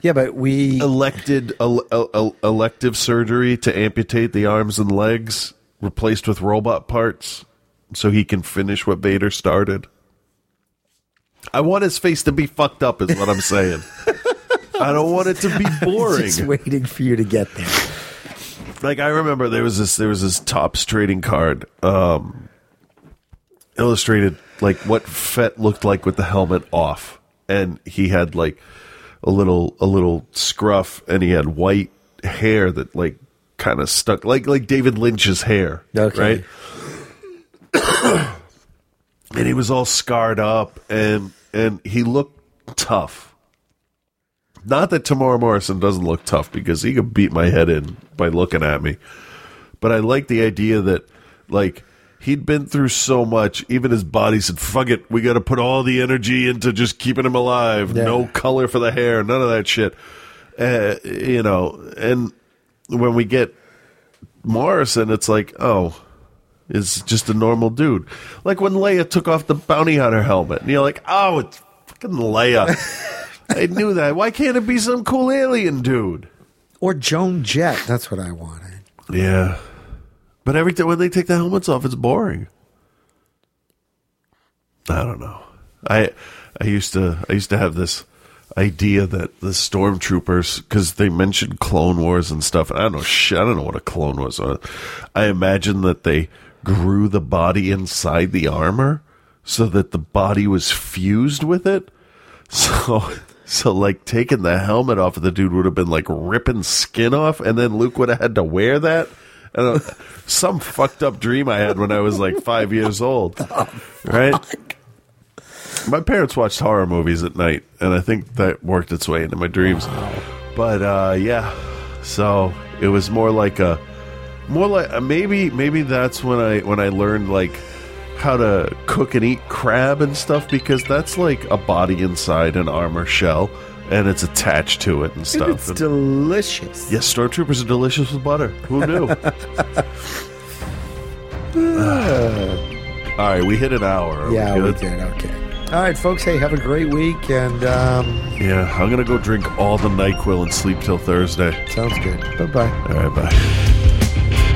L: Yeah, but we
K: elected el- el- el- elective surgery to amputate the arms and legs, replaced with robot parts, so he can finish what Vader started. I want his face to be fucked up, is what I'm saying. I don't want it to be boring.
L: Just waiting for you to get there.
K: like I remember there was this there was this tops trading card um illustrated like what Fett looked like with the helmet off and he had like a little a little scruff and he had white hair that like kind of stuck like like David Lynch's hair
L: Okay.
K: right and he was all scarred up and and he looked tough not that Tamara Morrison doesn't look tough because he could beat my head in by looking at me. But I like the idea that like he'd been through so much, even his body said, Fuck it, we gotta put all the energy into just keeping him alive. No color for the hair, none of that shit. Uh, you know, and when we get Morrison, it's like, oh, is just a normal dude. Like when Leia took off the bounty hunter helmet, and you're like, oh, it's fucking Leia. I knew that. Why can't it be some cool alien dude?
L: Or Joan Jett. That's what I wanted.
K: Yeah. But every time when they take the helmets off, it's boring. I don't know. I I used to I used to have this idea that the stormtroopers because they mentioned Clone Wars and stuff. And I don't know shit. I don't know what a clone was. Uh, I imagine that they grew the body inside the armor so that the body was fused with it. So so like taking the helmet off of the dude would have been like ripping skin off, and then Luke would have had to wear that. And uh, some fucked up dream I had when I was like five years old, right? My parents watched horror movies at night, and I think that worked its way into my dreams. But uh, yeah, so it was more like a, more like uh, maybe maybe that's when I when I learned like how to cook and eat crab and stuff because that's like a body inside an armor shell, and it's attached to it and stuff.
E: it's delicious.
K: Yes, stormtroopers are delicious with butter. Who knew? All right, we hit an hour. Are
L: Yeah, we
K: good?
L: did, All right, folks. Hey, have a great week, and um,
K: Yeah, I'm gonna go drink all the Nyquil and sleep till Thursday.
L: Sounds good. Bye bye.
K: All right, bye.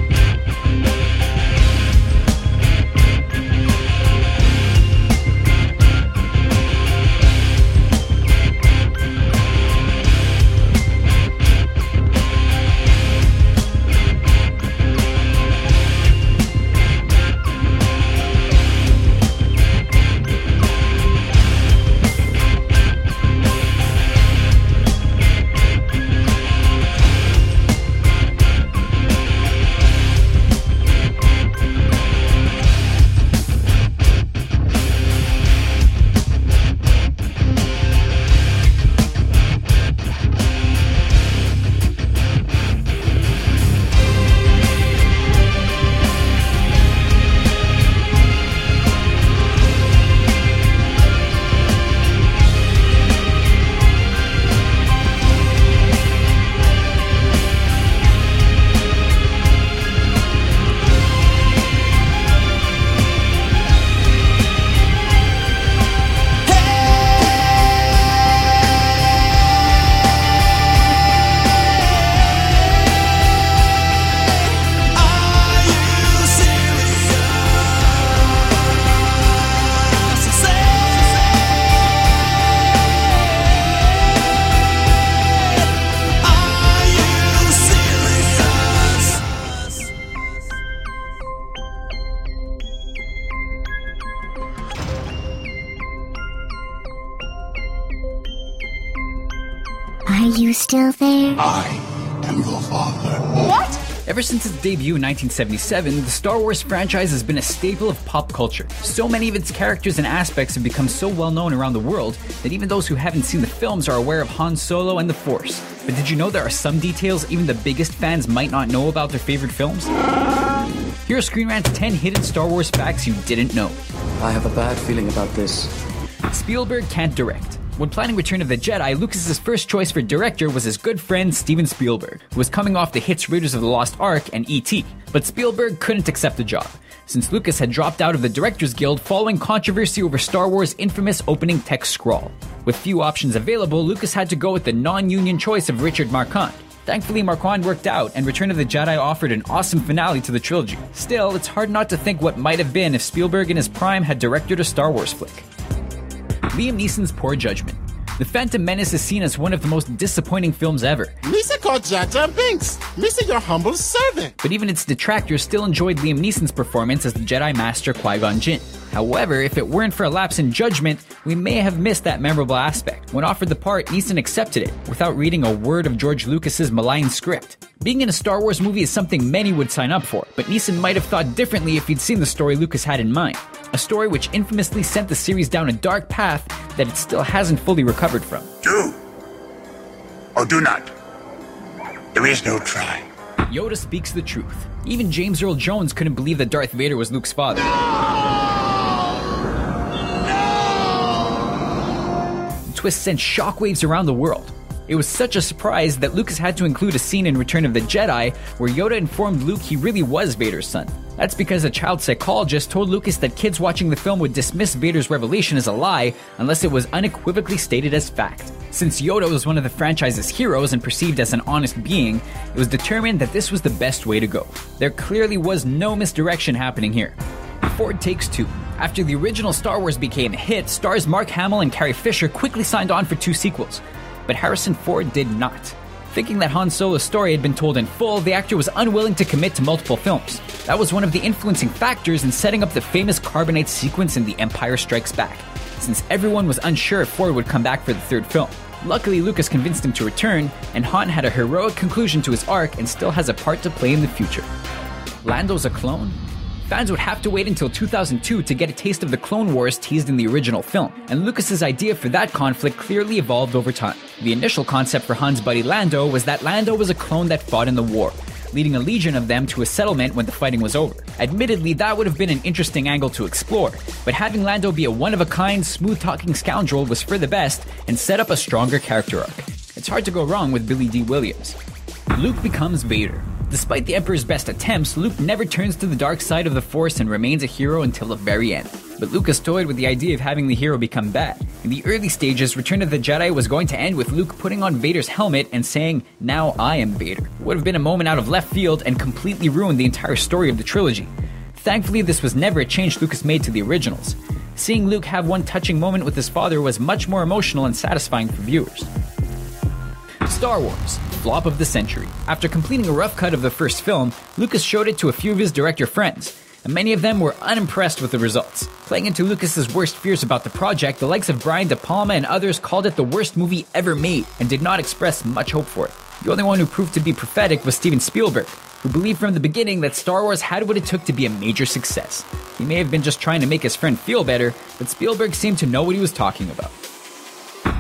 T: Are you still there?
U: What? Ever since its debut in 1977, the Star Wars franchise has been a staple of pop culture. So many of its characters and aspects have become so well known around the world that even those who haven't seen the films are aware of Han Solo and the Force. But did you know there are some details even the biggest fans might not know about their favorite films? Here are Screen Rant's 10 hidden Star Wars facts you didn't know. I have a bad feeling about this. Spielberg can't direct. When planning Return of the Jedi, Lucas's first choice for director was his good friend Steven Spielberg, who was coming off the hits Raiders of the Lost Ark and E.T. But Spielberg couldn't accept the job, since Lucas had dropped out of the Directors Guild following controversy over Star Wars' infamous opening text scrawl. With few options available, Lucas had to go with the non-union choice of Richard Marquand. Thankfully, Marquand worked out, and Return of the Jedi offered an awesome finale to the trilogy. Still, it's hard not to think what might have been if Spielberg in his prime had directed a Star Wars flick. Liam Neeson's poor judgment. The Phantom Menace is seen as one of the most disappointing films ever.
V: Misa called Jar Jar Binks. Misa, your humble servant.
U: But even its detractors still enjoyed Liam Neeson's performance as the Jedi Master Qui Gon Jinn. However, if it weren't for a lapse in judgment, we may have missed that memorable aspect. When offered the part, Neeson accepted it without reading a word of George Lucas's malign script. Being in a Star Wars movie is something many would sign up for, but Neeson might have thought differently if he'd seen the story Lucas had in mind. A story which infamously sent the series down a dark path that it still hasn't fully recovered from.
W: Do or do not. There is no try.
U: Yoda speaks the truth. Even James Earl Jones couldn't believe that Darth Vader was Luke's father. The twist sent shockwaves around the world. It was such a surprise that Lucas had to include a scene in Return of the Jedi where Yoda informed Luke he really was Vader's son. That's because a child psychologist told Lucas that kids watching the film would dismiss Vader's revelation as a lie unless it was unequivocally stated as fact. Since Yoda was one of the franchise's heroes and perceived as an honest being, it was determined that this was the best way to go. There clearly was no misdirection happening here. Ford Takes Two. After the original Star Wars became a hit, stars Mark Hamill and Carrie Fisher quickly signed on for two sequels, but Harrison Ford did not. Thinking that Han Solo's story had been told in full, the actor was unwilling to commit to multiple films. That was one of the influencing factors in setting up the famous carbonite sequence in The Empire Strikes Back, since everyone was unsure if Ford would come back for the third film. Luckily, Lucas convinced him to return, and Han had a heroic conclusion to his arc and still has a part to play in the future. Lando's a clone? fans would have to wait until 2002 to get a taste of the Clone Wars teased in the original film, and Lucas's idea for that conflict clearly evolved over time. The initial concept for Han's buddy Lando was that Lando was a clone that fought in the war, leading a legion of them to a settlement when the fighting was over. Admittedly, that would have been an interesting angle to explore, but having Lando be a one of a kind, smooth talking scoundrel was for the best and set up a stronger character arc. It's hard to go wrong with Billy D. Williams. Luke becomes Vader. Despite the Emperor's best attempts, Luke never turns to the dark side of the Force and remains a hero until the very end. But Lucas toyed with the idea of having the hero become bad. In the early stages, Return of the Jedi was going to end with Luke putting on Vader's helmet and saying, Now I am Vader. Would have been a moment out of left field and completely ruined the entire story of the trilogy. Thankfully, this was never a change Lucas made to the originals. Seeing Luke have one touching moment with his father was much more emotional and satisfying for viewers. Star Wars, flop of the century. After completing a rough cut of the first film, Lucas showed it to a few of his director friends, and many of them were unimpressed with the results. Playing into Lucas's worst fears about the project, the likes of Brian De Palma and others called it the worst movie ever made and did not express much hope for it. The only one who proved to be prophetic was Steven Spielberg, who believed from the beginning that Star Wars had what it took to be a major success. He may have been just trying to make his friend feel better, but Spielberg seemed to know what he was talking about.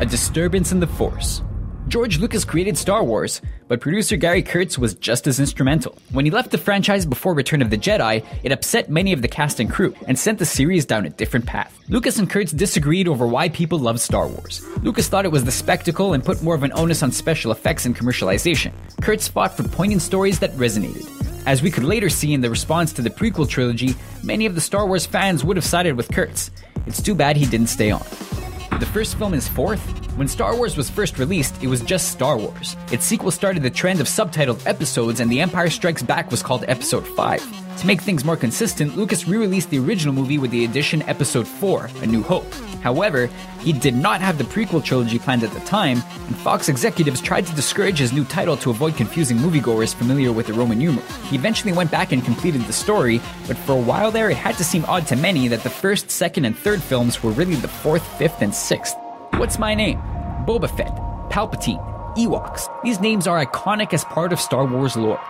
U: A disturbance in the Force. George Lucas created Star Wars, but producer Gary Kurtz was just as instrumental. When he left the franchise before Return of the Jedi, it upset many of the cast and crew and sent the series down a different path. Lucas and Kurtz disagreed over why people loved Star Wars. Lucas thought it was the spectacle and put more of an onus on special effects and commercialization. Kurtz fought for poignant stories that resonated. As we could later see in the response to the prequel trilogy, many of the Star Wars fans would have sided with Kurtz. It's too bad he didn't stay on. The first film is fourth. When Star Wars was first released, it was just Star Wars. Its sequel started the trend of subtitled episodes, and The Empire Strikes Back was called Episode 5. To make things more consistent, Lucas re released the original movie with the addition Episode 4, A New Hope. However, he did not have the prequel trilogy planned at the time, and Fox executives tried to discourage his new title to avoid confusing moviegoers familiar with the Roman numeral. He eventually went back and completed the story, but for a while there, it had to seem odd to many that the first, second, and third films were really the fourth, fifth, and sixth. What's my name? Boba Fett, Palpatine, Ewoks. These names are iconic as part of Star Wars lore.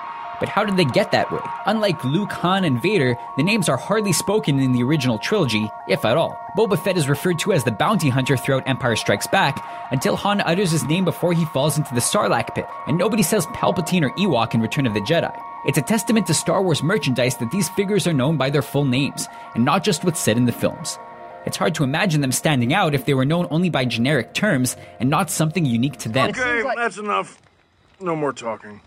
U: But how did they get that way? Unlike Luke, Han, and Vader, the names are hardly spoken in the original trilogy, if at all. Boba Fett is referred to as the bounty hunter throughout Empire Strikes Back, until Han utters his name before he falls into the Sarlacc pit, and nobody says Palpatine or Ewok in Return of the Jedi. It's a testament to Star Wars merchandise that these figures are known by their full names, and not just what's said in the films. It's hard to imagine them standing out if they were known only by generic terms and not something unique to them.
A: Okay, that's enough. No more talking.